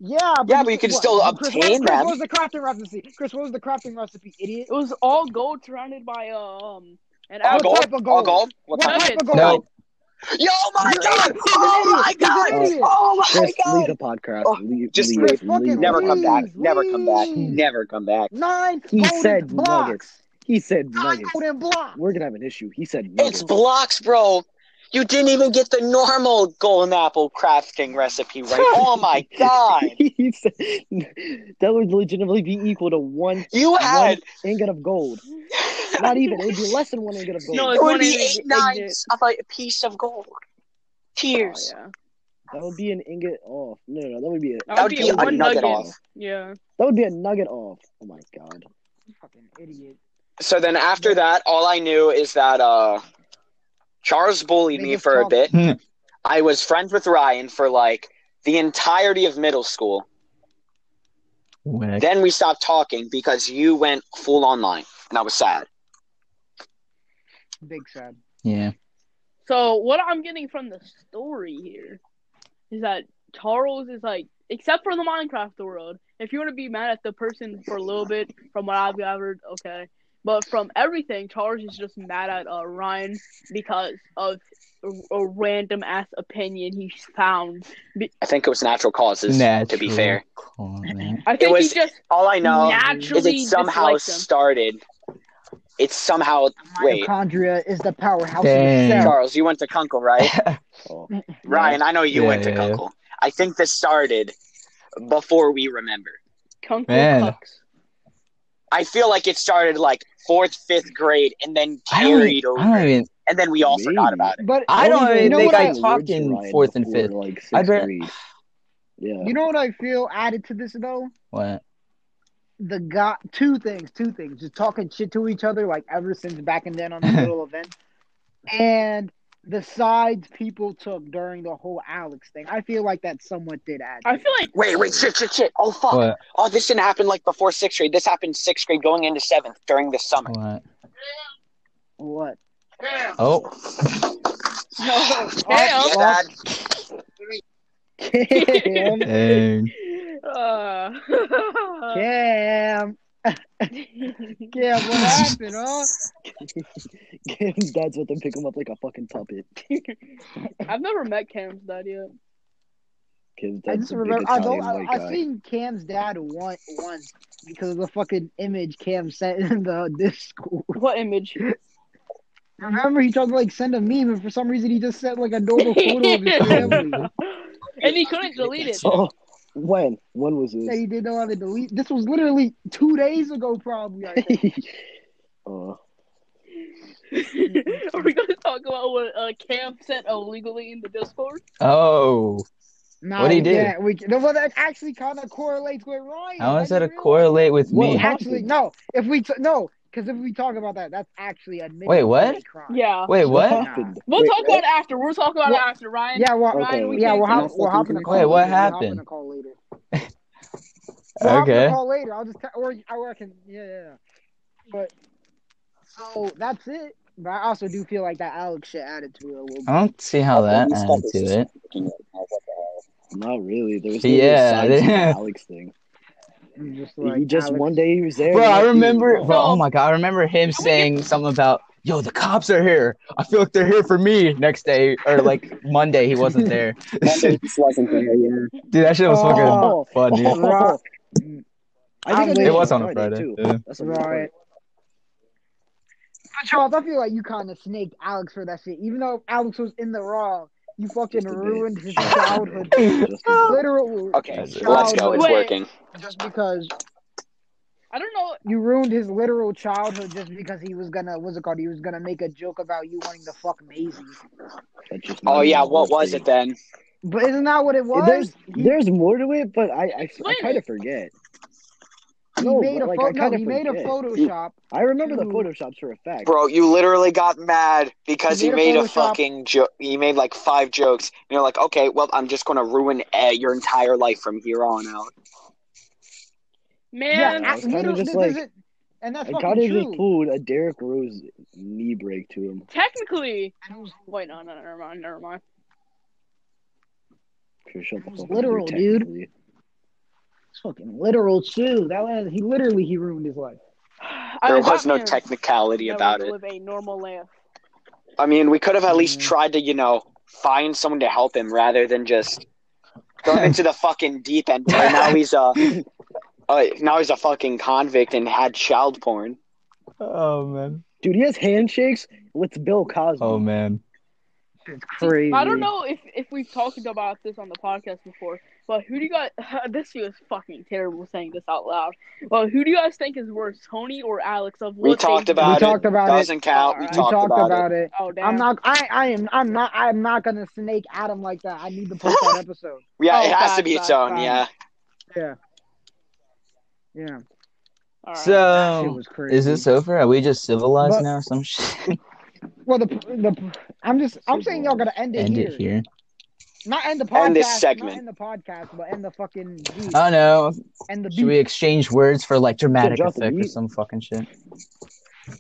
Speaker 1: Yeah, but
Speaker 5: Yeah, but you can
Speaker 1: what?
Speaker 5: still
Speaker 1: Chris,
Speaker 5: obtain
Speaker 1: what, Chris,
Speaker 5: them.
Speaker 1: what was the crafting recipe? Chris, what was the crafting recipe, idiot?
Speaker 2: It was all gold surrounded by um an
Speaker 5: All
Speaker 1: What
Speaker 2: apple.
Speaker 5: gold?
Speaker 1: type of
Speaker 5: All
Speaker 1: gold?
Speaker 5: gold? What
Speaker 1: What
Speaker 5: kind?
Speaker 1: type of
Speaker 2: Nuggets.
Speaker 1: gold?
Speaker 3: No.
Speaker 5: Yo, my
Speaker 1: You're an
Speaker 5: god!
Speaker 1: idiot.
Speaker 5: Oh
Speaker 1: You're
Speaker 5: my
Speaker 1: an
Speaker 5: god!
Speaker 1: idiot.
Speaker 5: Oh my
Speaker 4: Chris, leave
Speaker 5: god!
Speaker 4: the podcast.
Speaker 5: Oh,
Speaker 4: leave,
Speaker 5: just
Speaker 4: leave,
Speaker 1: Chris,
Speaker 4: leave.
Speaker 1: fucking
Speaker 5: Never come back.
Speaker 1: Please,
Speaker 5: Never come back.
Speaker 1: please.
Speaker 5: Never come back.
Speaker 1: Nine
Speaker 4: He
Speaker 1: golden
Speaker 4: said
Speaker 1: blocks.
Speaker 4: nuggets. He said
Speaker 1: Nine
Speaker 4: nuggets.
Speaker 1: golden blocks.
Speaker 4: We're gonna have an issue. He said nuggets.
Speaker 5: It's blocks, bro. You didn't even get the normal golden apple crafting recipe right. Oh my god!
Speaker 4: he said that would legitimately be equal to one
Speaker 5: You
Speaker 4: one
Speaker 5: had
Speaker 4: ingot of gold. Not even. It'd be less than one ingot of gold.
Speaker 2: No,
Speaker 5: it
Speaker 2: it's
Speaker 5: would
Speaker 2: one
Speaker 5: be
Speaker 2: in-
Speaker 5: eight
Speaker 2: in-
Speaker 5: nines of a piece of gold.
Speaker 1: Oh,
Speaker 5: Tears.
Speaker 2: Oh,
Speaker 4: that would be an ingot off. No, no, no, that would be a
Speaker 2: yeah.
Speaker 5: That would be a
Speaker 2: one
Speaker 5: nugget off.
Speaker 2: Yeah.
Speaker 4: that would be a nugget off. Oh my god.
Speaker 1: You fucking idiot.
Speaker 5: So then after that, all I knew is that uh, Charles bullied
Speaker 1: They
Speaker 5: me
Speaker 1: just
Speaker 5: for a
Speaker 1: talk.
Speaker 5: bit.
Speaker 3: Hmm.
Speaker 5: I was friends with Ryan for like the entirety of middle school.
Speaker 3: Wick.
Speaker 5: Then we stopped talking because you went full online, and I was sad.
Speaker 1: Big sad.
Speaker 3: Yeah.
Speaker 2: So what I'm getting from the story here is that Charles is like, except for the Minecraft world, if you want to be mad at the person for a little bit, from what I've gathered, okay. But from everything, Charles is just mad at uh, Ryan because of a, a random ass opinion he found.
Speaker 5: I think it was natural causes.
Speaker 3: Natural.
Speaker 5: To be fair,
Speaker 3: Call, man.
Speaker 2: I think
Speaker 5: was-
Speaker 2: he just
Speaker 5: all I know is
Speaker 2: naturally
Speaker 5: it somehow
Speaker 2: disliked him.
Speaker 5: started. It somehow wait,
Speaker 1: Mitochondria is the powerhouse of the
Speaker 3: Dang.
Speaker 1: cell.
Speaker 5: Charles, you went to Kunkel, right?
Speaker 4: Oh,
Speaker 5: Ryan, I know you
Speaker 3: Yeah,
Speaker 5: went to
Speaker 3: yeah, yeah.
Speaker 5: Kunkel. I think this started before we remember.
Speaker 2: Kunkle
Speaker 3: Man.
Speaker 2: cucks.
Speaker 5: I feel like it started like fourth, fifth grade, and then
Speaker 3: I don't,
Speaker 5: carried
Speaker 3: even,
Speaker 5: over,
Speaker 3: I don't even.
Speaker 5: and then we all
Speaker 4: Maybe.
Speaker 5: forgot about it.
Speaker 1: But
Speaker 3: I
Speaker 4: Oh,
Speaker 3: don't even
Speaker 1: you know
Speaker 3: think
Speaker 1: what
Speaker 3: I
Speaker 1: I,
Speaker 4: Words
Speaker 3: talked in
Speaker 4: Ryan
Speaker 3: fourth and
Speaker 4: before,
Speaker 3: fifth.
Speaker 4: Like sixth
Speaker 3: I bet-
Speaker 4: grade. Yeah.
Speaker 1: you know what I feel added to this though?
Speaker 3: What?
Speaker 1: The got two things, two things. Just talking shit to each other like ever since back and then on the little event. And the sides people took during the whole Alex thing. I feel like that somewhat did add.
Speaker 2: I feel like
Speaker 5: Wait, wait, shit, shit, shit. Oh fuck.
Speaker 3: What?
Speaker 5: Oh, this didn't happen like before sixth grade. This happened sixth grade going into seventh during the summer.
Speaker 3: What?
Speaker 1: what?
Speaker 3: Oh.
Speaker 2: no.
Speaker 1: Oh,
Speaker 5: Yeah,
Speaker 2: Damn.
Speaker 1: fuck.
Speaker 5: Dad.
Speaker 4: Damn.
Speaker 3: Dang.
Speaker 2: Uh,
Speaker 1: Cam. Cam, what happened, huh?
Speaker 4: Dad's with him, pick him up like a fucking puppet.
Speaker 2: I've never met Cam's dad yet.
Speaker 4: Kid's
Speaker 1: I
Speaker 4: dad's
Speaker 1: just
Speaker 4: a
Speaker 1: remember
Speaker 4: big
Speaker 1: I,
Speaker 4: Italian
Speaker 1: don't, I,
Speaker 4: white
Speaker 1: I
Speaker 4: guy.
Speaker 1: seen Cam's dad one once because of the fucking image Cam sent in the Discord.
Speaker 2: What image?
Speaker 1: Remember he talked like send a meme and for some reason he just sent like a normal photo of his family.
Speaker 2: and he couldn't delete it.
Speaker 4: Oh, when? When was
Speaker 1: that
Speaker 4: this?
Speaker 1: he didn't know how to delete. This was literally two days ago, probably. I think.
Speaker 3: Uh,
Speaker 4: oh,
Speaker 2: Are we gonna talk about what uh, Cam sent illegally in the Discord?
Speaker 3: Oh.
Speaker 1: Nah,
Speaker 3: What'd he
Speaker 1: we
Speaker 3: do?
Speaker 1: can't- we can't- well, that actually kind of correlates with Ryan.
Speaker 3: How
Speaker 1: Like,
Speaker 3: is that
Speaker 1: you
Speaker 3: a
Speaker 1: realize-
Speaker 3: correlate with
Speaker 4: Well,
Speaker 3: me?
Speaker 4: how-
Speaker 1: Actually, no. If we t- no, Because if we talk about that, that's actually admitting
Speaker 3: Wait,
Speaker 1: to
Speaker 3: what?
Speaker 1: a crime.
Speaker 2: Yeah.
Speaker 3: Wait, what?
Speaker 4: happened?
Speaker 2: We'll
Speaker 4: Wait,
Speaker 2: talk about it after. We'll talk about
Speaker 1: Well,
Speaker 2: it after, Ryan.
Speaker 1: Yeah, well,
Speaker 4: Okay,
Speaker 2: Ryan, we
Speaker 1: yeah,
Speaker 2: can't
Speaker 1: we'll
Speaker 2: do
Speaker 1: hop,
Speaker 4: this.
Speaker 1: we'll hop in a
Speaker 4: Wait,
Speaker 1: call.
Speaker 3: what
Speaker 1: later. We'll hop in
Speaker 3: happened?
Speaker 1: a call later. We'll hop in
Speaker 3: Okay.
Speaker 1: a call later. I'll just tell, or or I can, yeah, yeah, yeah. But so that's it. But I also do feel like that Alex shit added to it a little bit.
Speaker 3: I don't see how that
Speaker 5: Police stuff
Speaker 3: added
Speaker 5: is
Speaker 3: to
Speaker 5: just
Speaker 3: it.
Speaker 5: fucking like, oh, what the hell?
Speaker 4: Not really. There was
Speaker 3: no
Speaker 4: no
Speaker 3: real Yeah, signs of the yeah.
Speaker 4: Alex thing.
Speaker 1: I'm Just
Speaker 4: he
Speaker 1: like,
Speaker 4: just
Speaker 1: Alex-
Speaker 4: one day he was there.
Speaker 3: Bro,
Speaker 4: and
Speaker 3: I
Speaker 4: he-
Speaker 3: remember.
Speaker 4: Oh,
Speaker 3: Bro, oh my god, I remember him saying something about, "Yo, the cops are here. I feel like they're here for me." Next day or like Monday, he wasn't there.
Speaker 5: Monday
Speaker 3: dude,
Speaker 5: just wasn't there, yeah.
Speaker 3: that shit was
Speaker 1: Oh.
Speaker 3: fucking fun, dude.
Speaker 1: Right.
Speaker 4: I think I
Speaker 1: It
Speaker 4: did
Speaker 3: It
Speaker 1: Yeah,
Speaker 3: was on a Friday.
Speaker 4: too.
Speaker 3: yeah.
Speaker 4: That's what
Speaker 1: Right. But Charles, I feel like you kind of snaked Alex for that shit. Even though Alex was in the wrong, you fucking
Speaker 4: Just a bit.
Speaker 1: ruined his childhood. Oh,
Speaker 4: Just a bit.
Speaker 1: Literal.
Speaker 5: Okay,
Speaker 3: That's it.
Speaker 5: let's go. It's
Speaker 2: Wait.
Speaker 5: working.
Speaker 1: Just because
Speaker 2: I don't know.
Speaker 1: you ruined his literal childhood, just because he was gonna, what's it called? He was gonna make a joke about you wanting to fuck Maisie.
Speaker 4: That's just
Speaker 5: Oh
Speaker 4: not
Speaker 5: yeah,
Speaker 4: his
Speaker 5: what was
Speaker 4: thing.
Speaker 5: it then?
Speaker 1: But isn't that what it was?
Speaker 4: There's
Speaker 1: He-
Speaker 4: there's more to it, but I I, I
Speaker 2: Explain
Speaker 4: kind of
Speaker 2: it.
Speaker 4: forget.
Speaker 1: he
Speaker 4: no,
Speaker 1: made a
Speaker 4: but, like,
Speaker 1: pho-
Speaker 4: I
Speaker 1: no,
Speaker 4: kinda
Speaker 1: he made a
Speaker 4: forget.
Speaker 1: Photoshop.
Speaker 4: I remember the
Speaker 1: Dude.
Speaker 4: photoshops for a fact.
Speaker 5: Bro, you literally got mad because
Speaker 1: He
Speaker 5: he
Speaker 1: made a
Speaker 5: made a
Speaker 1: Photoshop.
Speaker 5: fucking joke. He made like five jokes, and you're like, okay, well, I'm just gonna ruin uh, your entire life from here on out.
Speaker 1: Yeah,
Speaker 2: Man,
Speaker 4: I was
Speaker 1: a-
Speaker 4: kinda
Speaker 1: literally,
Speaker 4: just
Speaker 1: this
Speaker 4: like-
Speaker 1: isn't- and that's
Speaker 4: I
Speaker 1: fucking
Speaker 4: got it
Speaker 1: true.
Speaker 4: just pulled a Derrick Rose knee break to him.
Speaker 2: technically.
Speaker 1: And it was
Speaker 2: Wait, no, no, never mind, never mind.
Speaker 4: Sure, shut the
Speaker 1: It was
Speaker 4: fuck up,
Speaker 1: literal,
Speaker 4: you're
Speaker 1: dude.
Speaker 4: technically-
Speaker 1: it's fucking literal too. That was, he literally he ruined his life.
Speaker 2: I
Speaker 5: There
Speaker 2: mean,
Speaker 5: was
Speaker 2: that
Speaker 5: no
Speaker 2: man
Speaker 5: technicality
Speaker 2: never
Speaker 5: about it.
Speaker 2: Live a normal life.
Speaker 5: I mean, we could have at least
Speaker 1: Mhm.
Speaker 5: tried to, you know, find someone to help him rather than just throw him into the fucking deep end. And now he's a, uh, now he's a fucking convict and had child porn.
Speaker 3: Oh man.
Speaker 4: Dude, he has handshakes with Bill Cosby.
Speaker 3: Oh man.
Speaker 1: It's crazy.
Speaker 2: I don't know if if we've talked about this on the podcast before, but who do you guys? This feels fucking terrible saying this out loud. Well, who do you guys think is worse, Tony or Alex? Of
Speaker 5: We
Speaker 2: what they
Speaker 5: talked
Speaker 2: do?
Speaker 5: about
Speaker 1: we
Speaker 5: it.
Speaker 1: talked about it.
Speaker 5: Doesn't count. We
Speaker 2: Alright.
Speaker 1: We
Speaker 5: talked, about, it.
Speaker 1: it.
Speaker 2: Oh damn!
Speaker 1: I'm not. I. I am. I'm not. I'm not gonna snake Adam like that. I need to post that episode.
Speaker 5: Yeah,
Speaker 2: Oh,
Speaker 5: it has
Speaker 2: facts,
Speaker 5: to be its
Speaker 2: facts,
Speaker 5: own.
Speaker 2: facts.
Speaker 5: Yeah.
Speaker 1: Yeah. Yeah.
Speaker 2: Alright.
Speaker 1: That shit
Speaker 3: So,
Speaker 1: was crazy.
Speaker 3: Oh, is this over? Are we just civilized
Speaker 1: But-
Speaker 3: now or some shit?
Speaker 1: Well, the the. I'm just. I'm saying y'all gotta end it
Speaker 3: End
Speaker 1: here.
Speaker 3: it here.
Speaker 1: Not end the podcast.
Speaker 5: End this
Speaker 1: Not
Speaker 5: segment.
Speaker 1: end the podcast, but end the fucking. Beat,
Speaker 3: I don't know.
Speaker 1: end the beat.
Speaker 3: Uh, Should we exchange words for like dramatic
Speaker 4: drop the
Speaker 3: effect or
Speaker 4: beat.
Speaker 3: some fucking shit?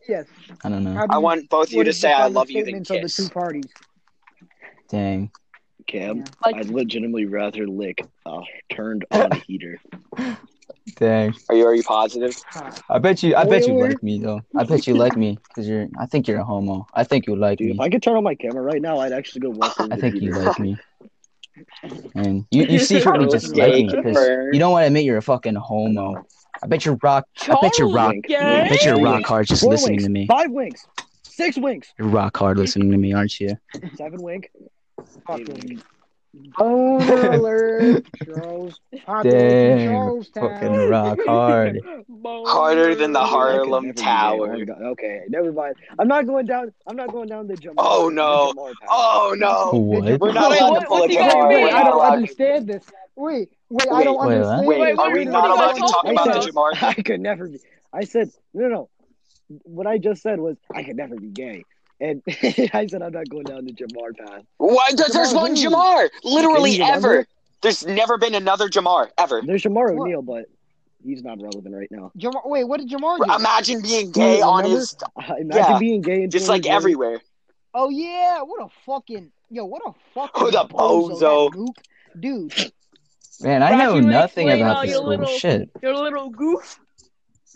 Speaker 1: yes.
Speaker 3: I don't know.
Speaker 1: How do
Speaker 5: I
Speaker 1: you-
Speaker 5: want both of you
Speaker 1: what
Speaker 5: to
Speaker 1: is the
Speaker 5: say I
Speaker 1: final
Speaker 5: love you then
Speaker 1: statements of the
Speaker 5: kiss.
Speaker 1: two parties?
Speaker 3: Dang.
Speaker 4: Cam,
Speaker 2: Like-
Speaker 4: I'd legitimately rather lick a turned on heater.
Speaker 3: Dang.
Speaker 5: Are you are you positive?
Speaker 3: I bet you. I bet you
Speaker 1: Or-
Speaker 3: like me though. I bet you like me because you're. I think you're a homo. I think you like
Speaker 4: Dude,
Speaker 3: me.
Speaker 4: if I could turn on my camera right now, I'd actually go walk over
Speaker 3: I
Speaker 4: the
Speaker 3: think you
Speaker 4: heater.
Speaker 3: like me. And you, you secretly just like me because you don't want to admit you're a fucking homo. I bet you rock. I bet you rock. I bet you're rock hard just
Speaker 4: Four
Speaker 3: listening
Speaker 4: winks,
Speaker 3: to me.
Speaker 4: Five winks, six winks,
Speaker 3: You're rock hard listening to me, aren't you?
Speaker 4: seven wink.
Speaker 1: Fucking boner alert, Charles. Population
Speaker 3: Dang,
Speaker 1: Charles
Speaker 3: Fucking
Speaker 1: Town.
Speaker 3: rock hard.
Speaker 5: Harder than the
Speaker 4: I could
Speaker 5: Harlem
Speaker 4: never be gay.
Speaker 5: Tower.
Speaker 4: Oh my God, Okay, never mind. I'm not going down. I'm not going down the Jamar.
Speaker 5: Oh, no.
Speaker 4: the Jamar path.
Speaker 5: Oh no.
Speaker 3: What?
Speaker 5: We're not
Speaker 1: Wait,
Speaker 5: allowed
Speaker 2: what-
Speaker 5: to pull
Speaker 2: what
Speaker 5: a
Speaker 2: do you guys
Speaker 5: Jamar.
Speaker 2: mean?
Speaker 1: Wait,
Speaker 5: We're
Speaker 1: wait, I
Speaker 5: not
Speaker 1: don't
Speaker 5: allowed to.
Speaker 1: understand this. Wait, wait, I don't
Speaker 3: Wait, wait, what?
Speaker 1: understand.
Speaker 5: Wait,
Speaker 2: Wait,
Speaker 5: are we
Speaker 2: what
Speaker 5: not
Speaker 2: do you
Speaker 5: allowed
Speaker 2: guys
Speaker 5: to talk
Speaker 2: want
Speaker 5: about
Speaker 2: to
Speaker 5: the Jamar?
Speaker 4: I could never be. I said no, no. no. What I just said was I could never be gay, and I said I'm not going down the Jamar path.
Speaker 5: Why? There's, there's
Speaker 1: Jamar
Speaker 5: one
Speaker 1: who?
Speaker 5: Jamar, literally
Speaker 4: Can you remember?
Speaker 5: ever. There's never been another Jamar ever.
Speaker 4: There's Jamar
Speaker 1: What?
Speaker 4: O'Neal, but he's not relevant right now.
Speaker 1: Jamar, wait, what did Jamar do?
Speaker 5: Imagine being gay on
Speaker 4: remember?
Speaker 5: his,
Speaker 4: Imagine
Speaker 5: Yeah.
Speaker 4: being gay and
Speaker 5: just like
Speaker 4: totally gay.
Speaker 5: everywhere.
Speaker 1: oh yeah, what a fucking yo, what a fucking
Speaker 5: Who the bozo?
Speaker 1: that Luke, dude.
Speaker 3: Man, I know
Speaker 2: Rocky, you
Speaker 3: nothing
Speaker 2: explain
Speaker 3: about
Speaker 1: all
Speaker 3: this
Speaker 1: your
Speaker 3: whole
Speaker 2: little-
Speaker 3: shit.
Speaker 2: Your little goof.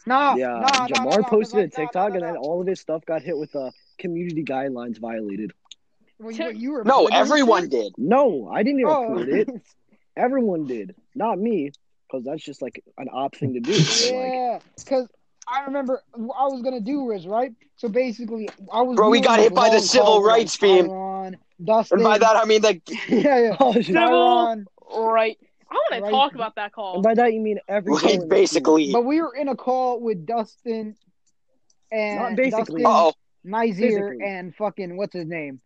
Speaker 1: Nah,
Speaker 4: Yeah,
Speaker 1: nah, nah,
Speaker 4: Jamar
Speaker 1: nah, nah,
Speaker 4: posted
Speaker 1: nah,
Speaker 4: a TikTok,
Speaker 1: nah, nah,
Speaker 4: and then
Speaker 1: nah.
Speaker 4: all of his stuff got hit with uh, community guidelines violated.
Speaker 1: Well, you, you were
Speaker 5: No, everyone did.
Speaker 4: No, I didn't
Speaker 1: Oh.
Speaker 4: report it. Everyone did, not me, because that's just like an op thing to do. So, like,
Speaker 1: Yeah, because I remember what I was gonna do was right. So basically, I was.
Speaker 5: Bro, we
Speaker 1: doing
Speaker 5: got
Speaker 1: this
Speaker 5: hit by the
Speaker 1: long
Speaker 5: civil
Speaker 1: call with, like,
Speaker 5: rights beam.
Speaker 1: Tyron, Dustin.
Speaker 5: And by that I mean the
Speaker 1: yeah, yeah.
Speaker 4: oh, shit.
Speaker 2: Civil-
Speaker 1: Tyron.
Speaker 2: Right. I want
Speaker 1: Right.
Speaker 2: to talk about that call.
Speaker 4: and by that you mean every girl in the
Speaker 5: like
Speaker 4: team.
Speaker 5: basically.
Speaker 1: But we were in a call with Dustin and
Speaker 4: Not
Speaker 1: Dustin,
Speaker 4: basically.
Speaker 5: Oh,
Speaker 1: Nizier
Speaker 4: Physically.
Speaker 1: and fucking what's his name?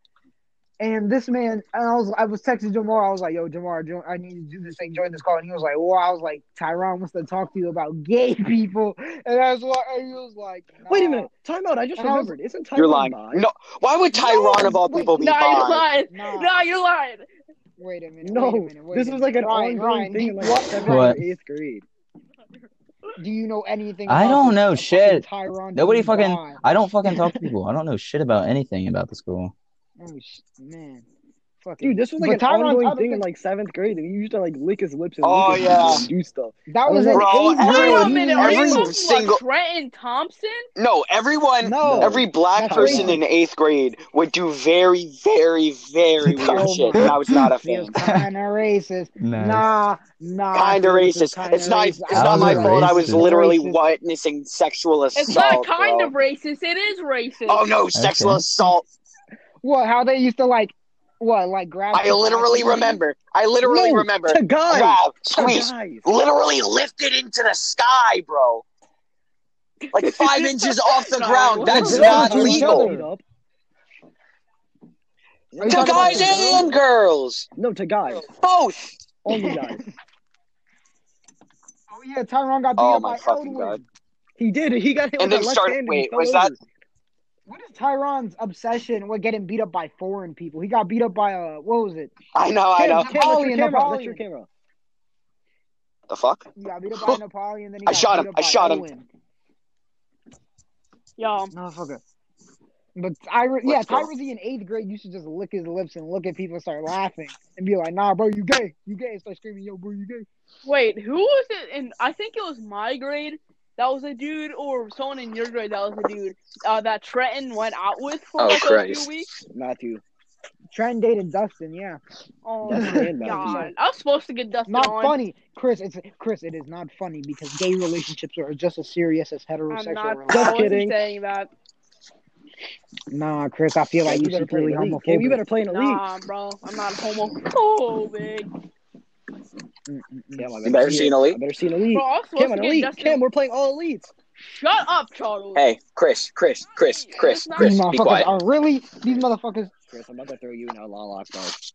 Speaker 1: And this man, and I was, I was texting Jamar. I was like, "Yo, Jamar, jo- I need you to do this thing. Join this call." And he was like, "Wow." I was like, "Tyron wants to talk to you about gay people." And I was like, and he was like,
Speaker 4: Wait a
Speaker 1: "Nah."
Speaker 4: minute. Time out. I just
Speaker 1: And I was-
Speaker 4: remembered. Isn't Tyron
Speaker 5: You're lying.
Speaker 4: bi?
Speaker 5: No, why would Tyron
Speaker 1: No,
Speaker 5: of all
Speaker 1: wait,
Speaker 5: people be
Speaker 2: No, you're
Speaker 5: bi?
Speaker 2: lying.
Speaker 1: Nah.
Speaker 2: No, you're lying.
Speaker 1: Wait a minute.
Speaker 4: No,
Speaker 1: wait a minute, wait
Speaker 4: this
Speaker 1: a minute.
Speaker 4: was like an
Speaker 1: Ryan,
Speaker 4: ongoing
Speaker 1: Ryan,
Speaker 4: thing
Speaker 1: do
Speaker 4: in
Speaker 1: you-
Speaker 4: like seventh
Speaker 3: What?
Speaker 4: or eighth grade.
Speaker 1: Do you know anything?
Speaker 3: I
Speaker 1: about
Speaker 3: don't
Speaker 1: this?
Speaker 3: know
Speaker 1: Fucking
Speaker 3: shit.
Speaker 1: Tyron
Speaker 3: Nobody
Speaker 1: being
Speaker 3: fucking-
Speaker 1: bi.
Speaker 3: I don't fucking talk to people. I don't know shit about anything about the school.
Speaker 1: Oh sh- man, fucking
Speaker 4: Dude, this was like
Speaker 1: But
Speaker 4: an
Speaker 1: Tyron's
Speaker 4: ongoing
Speaker 1: other
Speaker 4: thing in
Speaker 1: thing-
Speaker 4: like seventh grade. And he used to like lick his lips and,
Speaker 5: Oh,
Speaker 4: lick his lips
Speaker 5: yeah.
Speaker 4: and do stuff.
Speaker 1: That
Speaker 4: I
Speaker 1: was
Speaker 4: was
Speaker 1: in
Speaker 4: like,
Speaker 5: Bro,
Speaker 1: eighth
Speaker 5: every-
Speaker 1: grade.
Speaker 2: Wait a
Speaker 1: He
Speaker 2: minute.
Speaker 1: was
Speaker 2: Are
Speaker 1: in
Speaker 5: every
Speaker 2: you
Speaker 1: eighth.
Speaker 2: talking
Speaker 5: single-
Speaker 2: about Trenton Thompson?
Speaker 5: No, everyone,
Speaker 1: No,
Speaker 5: every black
Speaker 1: that's
Speaker 5: person
Speaker 1: racist.
Speaker 5: in eighth grade would do very, very, very weird
Speaker 4: Oh
Speaker 5: shit,
Speaker 4: my-
Speaker 5: and I was not a
Speaker 1: He was
Speaker 5: fan.
Speaker 1: kind of racist.
Speaker 3: Nice.
Speaker 1: Nah, nah.
Speaker 5: Kind of
Speaker 1: he was
Speaker 5: racist.
Speaker 1: kinda
Speaker 5: It's not. It's
Speaker 1: racist. I
Speaker 3: How
Speaker 5: not
Speaker 1: was
Speaker 3: is
Speaker 5: my
Speaker 3: it
Speaker 5: fault. I was
Speaker 3: racist?
Speaker 5: literally
Speaker 1: Racist.
Speaker 5: witnessing sexual
Speaker 2: It's not
Speaker 5: assault,
Speaker 2: kind
Speaker 5: bro.
Speaker 2: of racist. It is racist.
Speaker 5: Oh no, sexual
Speaker 3: Okay.
Speaker 5: assault.
Speaker 1: What? How they used to like? What? Like grab?
Speaker 5: I
Speaker 1: some
Speaker 5: literally
Speaker 1: plastic thing?
Speaker 5: remember. I literally
Speaker 4: no,
Speaker 5: remember.
Speaker 4: to guys.
Speaker 5: Grab,
Speaker 4: To
Speaker 5: squeeze,
Speaker 4: guys.
Speaker 5: literally lifted into the sky, bro. Like five inches off the
Speaker 2: No,
Speaker 5: ground.
Speaker 2: what?
Speaker 5: That's
Speaker 4: They
Speaker 1: They're
Speaker 5: not
Speaker 4: don't do each
Speaker 5: legal.
Speaker 1: other.
Speaker 4: Beat up.
Speaker 1: Are you
Speaker 5: To
Speaker 1: talking about
Speaker 5: guys
Speaker 1: to girls?
Speaker 5: and girls,
Speaker 4: No, to guys.
Speaker 5: both.
Speaker 4: Only guys.
Speaker 1: Oh yeah, Tyron got beat
Speaker 5: Oh
Speaker 1: up
Speaker 5: my
Speaker 1: by
Speaker 5: fucking
Speaker 1: Elwin.
Speaker 5: God.
Speaker 4: He did. He got hit with
Speaker 5: And then
Speaker 4: a left
Speaker 5: started-
Speaker 4: hand. and
Speaker 5: wait,
Speaker 4: he fell
Speaker 5: was
Speaker 4: over.
Speaker 5: that-
Speaker 1: What is Tyron's obsession with getting beat up by foreign people? He got beat up by uh, what was it?
Speaker 5: I know. I
Speaker 4: Cam,
Speaker 5: know.
Speaker 4: Cam, that's your
Speaker 1: Napoleon,
Speaker 4: camera. That's your
Speaker 1: Napoleon.
Speaker 4: camera.
Speaker 5: The fuck?
Speaker 1: He got beat up by Napoleon, then he
Speaker 5: I
Speaker 1: got
Speaker 5: shot
Speaker 1: beat
Speaker 5: him.
Speaker 1: up
Speaker 5: I
Speaker 1: by
Speaker 5: shot him.
Speaker 1: Elwin.
Speaker 2: Yo,
Speaker 1: Motherfucker. But Tyra, yeah,
Speaker 5: Let's go.
Speaker 1: Tyra's in eighth grade used to just lick his lips and look at people and start laughing and be like, "Nah, bro, you gay, you gay," and start screaming, "Yo, bro, you gay."
Speaker 2: wait, who was it? And I think it was my grade. That was a dude, or someone in your grade. That was a dude uh, that Trenton went out with for
Speaker 5: Oh,
Speaker 2: like a
Speaker 5: Christ.
Speaker 2: few weeks.
Speaker 4: Matthew.
Speaker 1: Trent dated Dustin, yeah.
Speaker 2: Oh
Speaker 4: That's
Speaker 2: my
Speaker 4: Rand
Speaker 2: God,
Speaker 4: Matthew.
Speaker 2: I was supposed to get dusted
Speaker 1: Not
Speaker 2: on.
Speaker 1: funny, Chris. It's Chris. It is not funny because gay relationships are just as serious as
Speaker 2: I'm
Speaker 1: heterosexual
Speaker 2: not.
Speaker 1: relationships.
Speaker 4: Just
Speaker 2: I wasn't
Speaker 4: kidding.
Speaker 2: saying that.
Speaker 1: Nah, Chris, I feel
Speaker 4: Cam,
Speaker 1: like
Speaker 4: you
Speaker 1: you're
Speaker 4: better play
Speaker 1: secretly
Speaker 4: in the league. Cam, you
Speaker 1: homophobic.
Speaker 4: better play in the
Speaker 2: Nah, bro, I'm not homophobic.
Speaker 1: Mm-mm-mm.
Speaker 4: league. Cam, I
Speaker 5: You better see an elite.
Speaker 4: I better see an elite.
Speaker 2: Bro, I was supposed
Speaker 4: Cam, an
Speaker 2: to get
Speaker 4: elite.
Speaker 2: dusted.
Speaker 4: Cam, we're playing all elites.
Speaker 2: Shut up, Charles.
Speaker 5: Hey, Chris, Chris, Chris, Chris, Chris,
Speaker 1: These
Speaker 5: be
Speaker 1: motherfuckers
Speaker 5: quiet.
Speaker 1: are really these motherfuckers.
Speaker 4: Chris, I'm about to throw you in a law lock, bro.
Speaker 1: These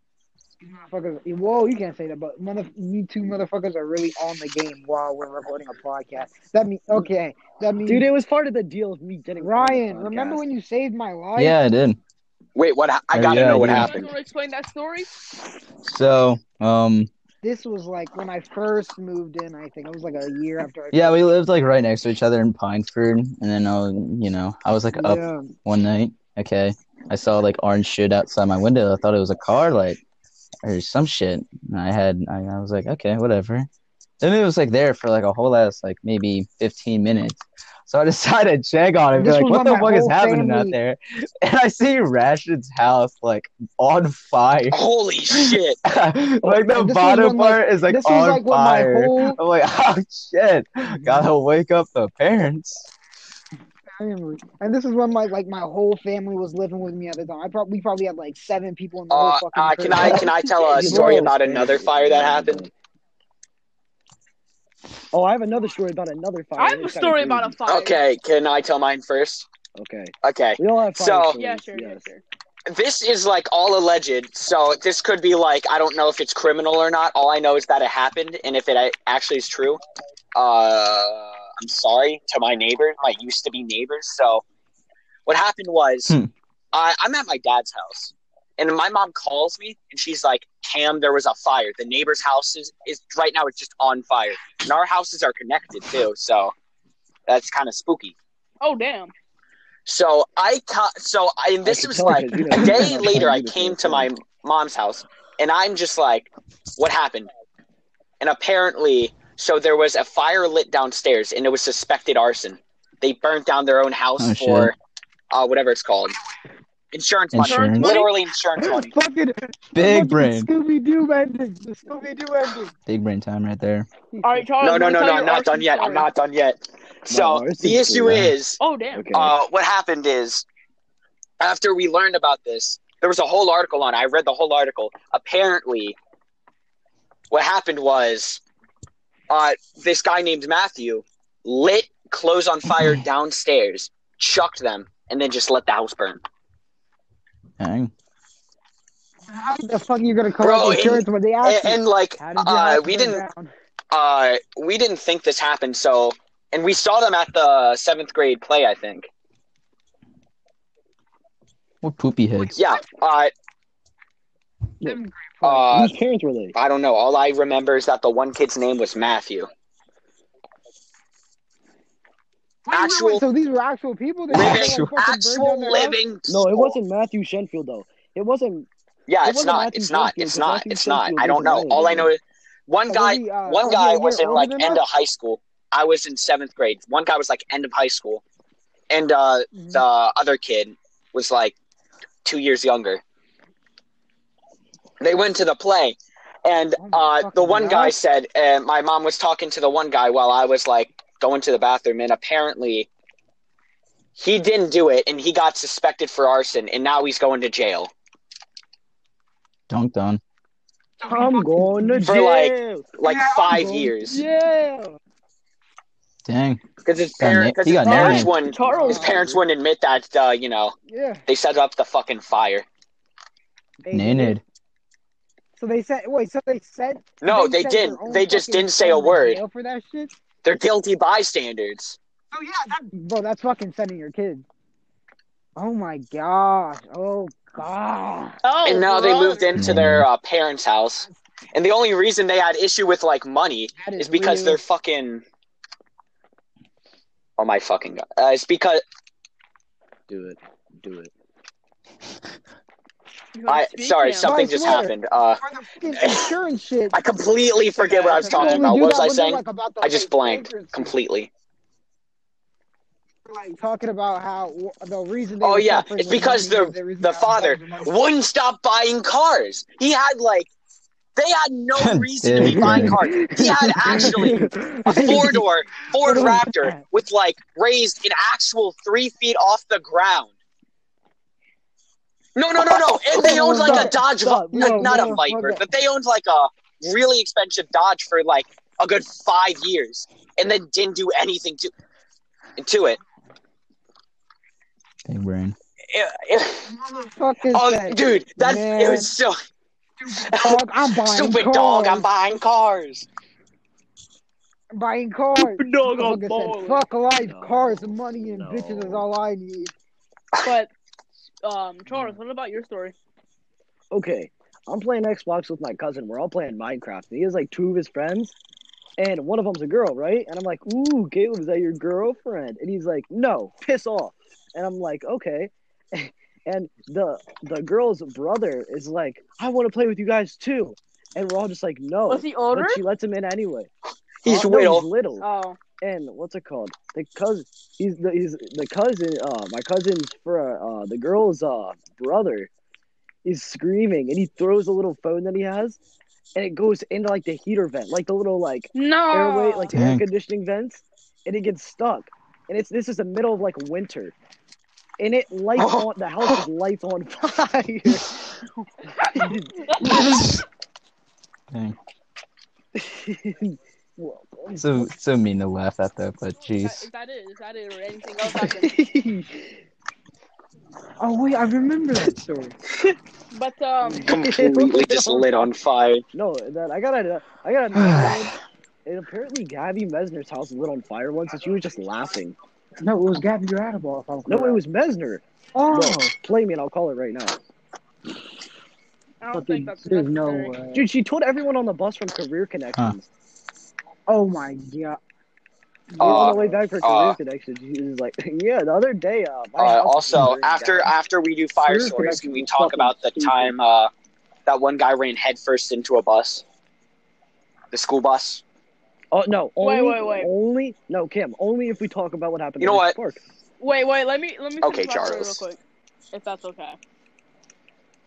Speaker 1: motherfuckers. Whoa, you can't say that, but mother, you two motherfuckers are really on the game while we're recording a podcast. That means okay. That means
Speaker 4: Dude, it was part of the deal of me getting on the
Speaker 1: Ryan,
Speaker 4: podcast.
Speaker 1: remember when you saved my life?
Speaker 3: Yeah, I did.
Speaker 5: Wait, what? ha- I
Speaker 3: Oh,
Speaker 5: gotta
Speaker 3: yeah,
Speaker 5: know what
Speaker 3: yeah.
Speaker 2: You guys
Speaker 5: happened.
Speaker 2: want to explain that story?
Speaker 3: So, um,
Speaker 1: This was like when I first moved in, I think. It was like a year after I
Speaker 3: yeah, we lived like right next to each other in Pineford, and then I, was- you know, I was like up
Speaker 1: Yeah.
Speaker 3: one night. Okay, I saw like orange shit outside my window. I thought it was a car light or some shit. And I had, I, I was like, okay, whatever. Then it was like there for like a whole ass like maybe fifteen minutes. So I decided to check on it and be
Speaker 1: This
Speaker 3: like,
Speaker 1: was when
Speaker 3: what
Speaker 1: my
Speaker 3: the fuck is
Speaker 1: whole
Speaker 3: happening out
Speaker 1: family-
Speaker 3: there? And I see Rashid's house like on fire.
Speaker 5: Holy shit.
Speaker 3: like
Speaker 1: And this
Speaker 3: the
Speaker 1: was
Speaker 3: bottom
Speaker 1: when, like-
Speaker 3: part is like
Speaker 1: this was
Speaker 3: on
Speaker 1: like when my
Speaker 3: fire.
Speaker 1: whole
Speaker 3: I'm like, oh shit, gotta wake up the parents.
Speaker 1: family and this is when my like my whole family was living with me at the time. I probably we probably had like seven people in the
Speaker 5: Uh,
Speaker 1: whole fucking
Speaker 5: uh, can
Speaker 1: crib.
Speaker 5: I can I tell a
Speaker 4: You
Speaker 5: story
Speaker 4: broke.
Speaker 5: about another fire that happened?
Speaker 4: Oh, I have another story about another fire.
Speaker 2: I have a
Speaker 4: It's kinda
Speaker 2: story about a
Speaker 4: crazy.
Speaker 2: fire.
Speaker 5: Okay, can I tell mine first?
Speaker 4: Okay.
Speaker 5: Okay,
Speaker 4: We all have fire
Speaker 5: So-
Speaker 4: stories,
Speaker 2: Yeah, sure, yeah,
Speaker 4: yes.
Speaker 2: sure.
Speaker 5: this is like all alleged, so this could be like I don't know if it's criminal or not. All I know is that it happened, and if it a- actually is true, uh, I'm sorry to my neighbors, my used to be neighbors. So, what happened was,
Speaker 3: Hmm.
Speaker 5: I, I'm at my dad's house, and my mom calls me, and she's like, "Cam, there was a fire. The neighbor's house is, is right now. It's just on fire, and our houses are connected too. So, that's kind of spooky."
Speaker 2: Oh damn.
Speaker 5: So I ca- so I, and
Speaker 4: I
Speaker 5: this
Speaker 4: could
Speaker 5: was
Speaker 4: tell
Speaker 5: like
Speaker 4: 'cause you know
Speaker 5: a
Speaker 4: you're
Speaker 5: day
Speaker 4: not
Speaker 5: later.
Speaker 4: trying
Speaker 5: I
Speaker 4: do this
Speaker 5: came
Speaker 4: whole
Speaker 5: to my
Speaker 4: thing.
Speaker 5: mom's house, and I'm just like, "What happened?" And apparently, so there was a fire lit downstairs, and it was suspected arson. They burnt down their own house
Speaker 3: Oh, shit.
Speaker 5: for uh, whatever it's called, insurance money,
Speaker 3: Insurance.
Speaker 5: literally insurance money.
Speaker 1: fucking
Speaker 3: Big brain,
Speaker 1: Scooby Doo ending. The Scooby Doo ending.
Speaker 3: big brain time right there.
Speaker 2: All right, Charles.
Speaker 5: No, no,
Speaker 2: wanna
Speaker 5: no,
Speaker 2: Oh, tell
Speaker 5: no.
Speaker 2: your
Speaker 5: I'm not
Speaker 2: arson
Speaker 5: done yet. I'm
Speaker 2: story?
Speaker 5: not done yet. So
Speaker 4: ours
Speaker 5: the
Speaker 4: is
Speaker 5: issue
Speaker 4: three.
Speaker 5: is,
Speaker 2: Oh damn.
Speaker 4: Okay.
Speaker 5: uh, what happened is after we learned about this, there was a whole article on. it. I read the whole article. Apparently, what happened was uh, this guy named Matthew lit clothes on fire downstairs, chucked them, and then just let the house burn.
Speaker 3: Dang.
Speaker 1: How the fuck are you gonna collect
Speaker 5: Bro, and-
Speaker 1: insurance when they ask
Speaker 5: and,
Speaker 1: you?
Speaker 5: and like
Speaker 1: How did your
Speaker 5: uh,
Speaker 1: house
Speaker 5: we
Speaker 1: burn
Speaker 5: didn't
Speaker 1: down?
Speaker 5: uh, we didn't think this happened. So, and we saw them at the seventh grade play. I think.
Speaker 3: What poopy heads?
Speaker 5: Yeah. Uh, uh,
Speaker 4: Whose parents were they?
Speaker 5: I don't know. All I remember is that the one kid's name was Matthew. Actual,
Speaker 1: So these were actual people. That
Speaker 5: living,
Speaker 1: just, like, fucking burned down
Speaker 5: actual
Speaker 1: their house?
Speaker 5: living.
Speaker 4: No, it
Speaker 5: soul.
Speaker 4: wasn't Matthew Shenfield though. It wasn't.
Speaker 5: Yeah,
Speaker 4: It
Speaker 5: it's
Speaker 4: wasn't
Speaker 5: not.
Speaker 4: Matthew
Speaker 5: It's not.
Speaker 4: Sheffield,
Speaker 5: It's
Speaker 4: 'cause
Speaker 5: not.
Speaker 4: Matthew
Speaker 5: It's not.
Speaker 4: Sheffield
Speaker 5: I don't
Speaker 4: was
Speaker 5: know.
Speaker 4: Irish.
Speaker 5: All I know is one
Speaker 1: Oh,
Speaker 5: guy.
Speaker 1: was he, uh,
Speaker 5: One
Speaker 1: was he a
Speaker 5: guy
Speaker 1: year
Speaker 5: was in
Speaker 1: older
Speaker 5: like
Speaker 1: than
Speaker 5: end
Speaker 1: us?
Speaker 5: of high school. I was in seventh grade. One guy was like end of high school, and uh,
Speaker 1: Mhm.
Speaker 5: the other kid was like two years younger. They went to the play, and
Speaker 1: Oh my
Speaker 5: uh, the
Speaker 1: fucking
Speaker 5: one
Speaker 1: God.
Speaker 5: guy said, and my mom was talking to the one guy while I was like going to the bathroom, and apparently he didn't do it, and he got suspected for arson, and now he's going to jail.
Speaker 3: Dunked on.
Speaker 4: I'm going to
Speaker 5: For,
Speaker 4: jail.
Speaker 5: like, Like
Speaker 1: Yeah, I'm
Speaker 5: five
Speaker 1: going
Speaker 5: years.
Speaker 1: Yeah.
Speaker 3: Dang.
Speaker 5: Because his,
Speaker 3: Got na-
Speaker 5: parent, 'cause
Speaker 3: he
Speaker 5: his
Speaker 3: got
Speaker 5: parents
Speaker 3: named.
Speaker 5: wouldn't.
Speaker 2: Charles.
Speaker 5: His parents wouldn't admit that. Uh, you know,
Speaker 1: Yeah.
Speaker 5: they set up the fucking fire.
Speaker 1: They did.
Speaker 3: Nanid.
Speaker 1: So they said, wait, so they said.
Speaker 5: No, they,
Speaker 1: sent
Speaker 5: didn't.
Speaker 1: their own
Speaker 5: They just
Speaker 1: fucking
Speaker 5: didn't say a
Speaker 1: son to
Speaker 5: word.
Speaker 1: jail For that shit?
Speaker 5: They're guilty bystanders.
Speaker 1: Oh, yeah. That, bro, that's fucking sending your kid. Oh, my gosh. Oh, God.
Speaker 2: Oh,
Speaker 5: and now they
Speaker 2: brother.
Speaker 5: moved into their uh, parents' house. And the only reason they had issue with like money
Speaker 1: That
Speaker 5: is because
Speaker 1: real.
Speaker 5: they're fucking. Oh my fucking god! Uh, it's because
Speaker 4: Do it. Do it.
Speaker 2: You
Speaker 5: I.
Speaker 2: gotta speak
Speaker 5: Sorry,
Speaker 2: now.
Speaker 5: something
Speaker 1: I
Speaker 5: just
Speaker 1: swear.
Speaker 5: happened. Uh,
Speaker 1: Or the fucking insurance shit.
Speaker 5: I completely forget what I was
Speaker 1: They only
Speaker 5: talking about.
Speaker 1: do
Speaker 5: What was
Speaker 1: that
Speaker 5: I
Speaker 1: when they're,
Speaker 5: saying?
Speaker 1: like, about to
Speaker 5: I just
Speaker 1: pay
Speaker 5: blanked
Speaker 1: entrance fees.
Speaker 5: completely.
Speaker 1: like talking about how wh- the reason they
Speaker 5: Oh
Speaker 1: were
Speaker 5: yeah,
Speaker 1: suffering
Speaker 5: it's
Speaker 1: was
Speaker 5: because
Speaker 1: money,
Speaker 5: the
Speaker 1: reason
Speaker 5: the
Speaker 1: they were
Speaker 5: father
Speaker 1: suffering was money.
Speaker 5: wouldn't stop buying cars. He had like. They had no reason to be
Speaker 3: Dick,
Speaker 5: buying
Speaker 3: man.
Speaker 5: cars. He had actually a four door
Speaker 1: What
Speaker 5: Ford
Speaker 1: was
Speaker 5: Raptor
Speaker 1: that?
Speaker 5: with like raised an actual three feet off the ground. No, no, no, no. And they owned like a
Speaker 4: Stop,
Speaker 5: Dodge,
Speaker 4: stop,
Speaker 5: Vi-
Speaker 4: no,
Speaker 5: not
Speaker 1: no,
Speaker 5: a Viper,
Speaker 1: okay.
Speaker 5: but they owned like a really expensive Dodge for like a good five years, and then didn't do anything to to it.
Speaker 3: Big brain.
Speaker 5: It- it-
Speaker 1: Fuck is
Speaker 5: oh,
Speaker 1: that?
Speaker 5: dude, that's it
Speaker 1: Man.
Speaker 5: was so
Speaker 1: Dog, I'm buying
Speaker 5: stupid,
Speaker 1: cars.
Speaker 5: dog. I'm buying cars.
Speaker 1: I'm buying cars.
Speaker 2: Stupid dog, I'm
Speaker 1: Motherfucker said,
Speaker 2: balling.
Speaker 1: Fuck life,
Speaker 4: No,
Speaker 1: cars, money, and bitches is
Speaker 4: no.
Speaker 1: all I need.
Speaker 2: But um, Charles, what about your story?
Speaker 4: okay, I'm playing Xbox with my cousin. We're all playing Minecraft. And he has like two of his friends, and one of them's a girl, right? And I'm like, ooh, Caleb, is that your girlfriend? And he's like, no, piss off. And I'm like, okay. And the the girl's brother is like, I want to play with you guys too. And we're all just like, no.
Speaker 2: Was he older?
Speaker 4: But she lets him in anyway.
Speaker 5: He's
Speaker 4: Uh, no,
Speaker 5: whittle.
Speaker 4: he's little
Speaker 2: Oh,
Speaker 4: and what's it called? The cousin. He's the he's the cousin. Uh, my cousin's for uh the girl's uh brother. is screaming and he throws a little phone that he has, and it goes into like the heater vent, like the little like
Speaker 2: no.
Speaker 4: airway, like the air
Speaker 3: Dang.
Speaker 4: conditioning vents, and it gets stuck. And it's this is the middle of like winter, and it lights
Speaker 3: Oh.
Speaker 4: on the house is lights on fire.
Speaker 3: Dang.
Speaker 4: Well,
Speaker 3: So so mean to laugh at that, but
Speaker 2: Is
Speaker 3: jeez.
Speaker 2: that it? Is that it or anything else happened?
Speaker 1: Oh, wait, I remember that story.
Speaker 2: but um,
Speaker 5: Completely just lit on fire.
Speaker 4: No, and then I got a, I got a, and apparently Gabby Mesner's house lit on fire once, and she was just laughing.
Speaker 1: No, it was Gabby Radiball. If I'm
Speaker 4: No, it
Speaker 1: correct.
Speaker 4: was Mesner.
Speaker 1: Oh,
Speaker 4: No, play me, and I'll call it right now.
Speaker 2: I don't
Speaker 1: fucking,
Speaker 2: think that's
Speaker 1: there's no
Speaker 2: necessary.
Speaker 1: way.
Speaker 4: Dude, she told everyone on the bus from Career Connections.
Speaker 1: Oh, my God.
Speaker 4: Yeah, on
Speaker 5: Uh,
Speaker 4: the way back for Career
Speaker 5: uh,
Speaker 4: Connections, she was like, "Yeah, the other day." Uh, my
Speaker 5: Uh,
Speaker 4: house was
Speaker 5: also,
Speaker 4: burned
Speaker 5: after
Speaker 4: down."
Speaker 5: after we do fire
Speaker 4: Career
Speaker 5: stories, can
Speaker 4: connection
Speaker 5: we
Speaker 4: is
Speaker 5: talk
Speaker 4: fucking
Speaker 5: about the
Speaker 4: stupid.
Speaker 5: time uh, that one guy ran headfirst into a bus, the school bus?
Speaker 4: Oh no!
Speaker 2: Wait,
Speaker 4: Only,
Speaker 2: wait, wait.
Speaker 4: Only no, Kim. Only if we talk about what happened.
Speaker 5: You
Speaker 4: at
Speaker 5: know
Speaker 4: Lake
Speaker 5: what?
Speaker 4: Park.
Speaker 2: Wait, wait. Let me let me finish
Speaker 5: Okay,
Speaker 2: my story real
Speaker 5: Charles.
Speaker 2: quick, if that's okay.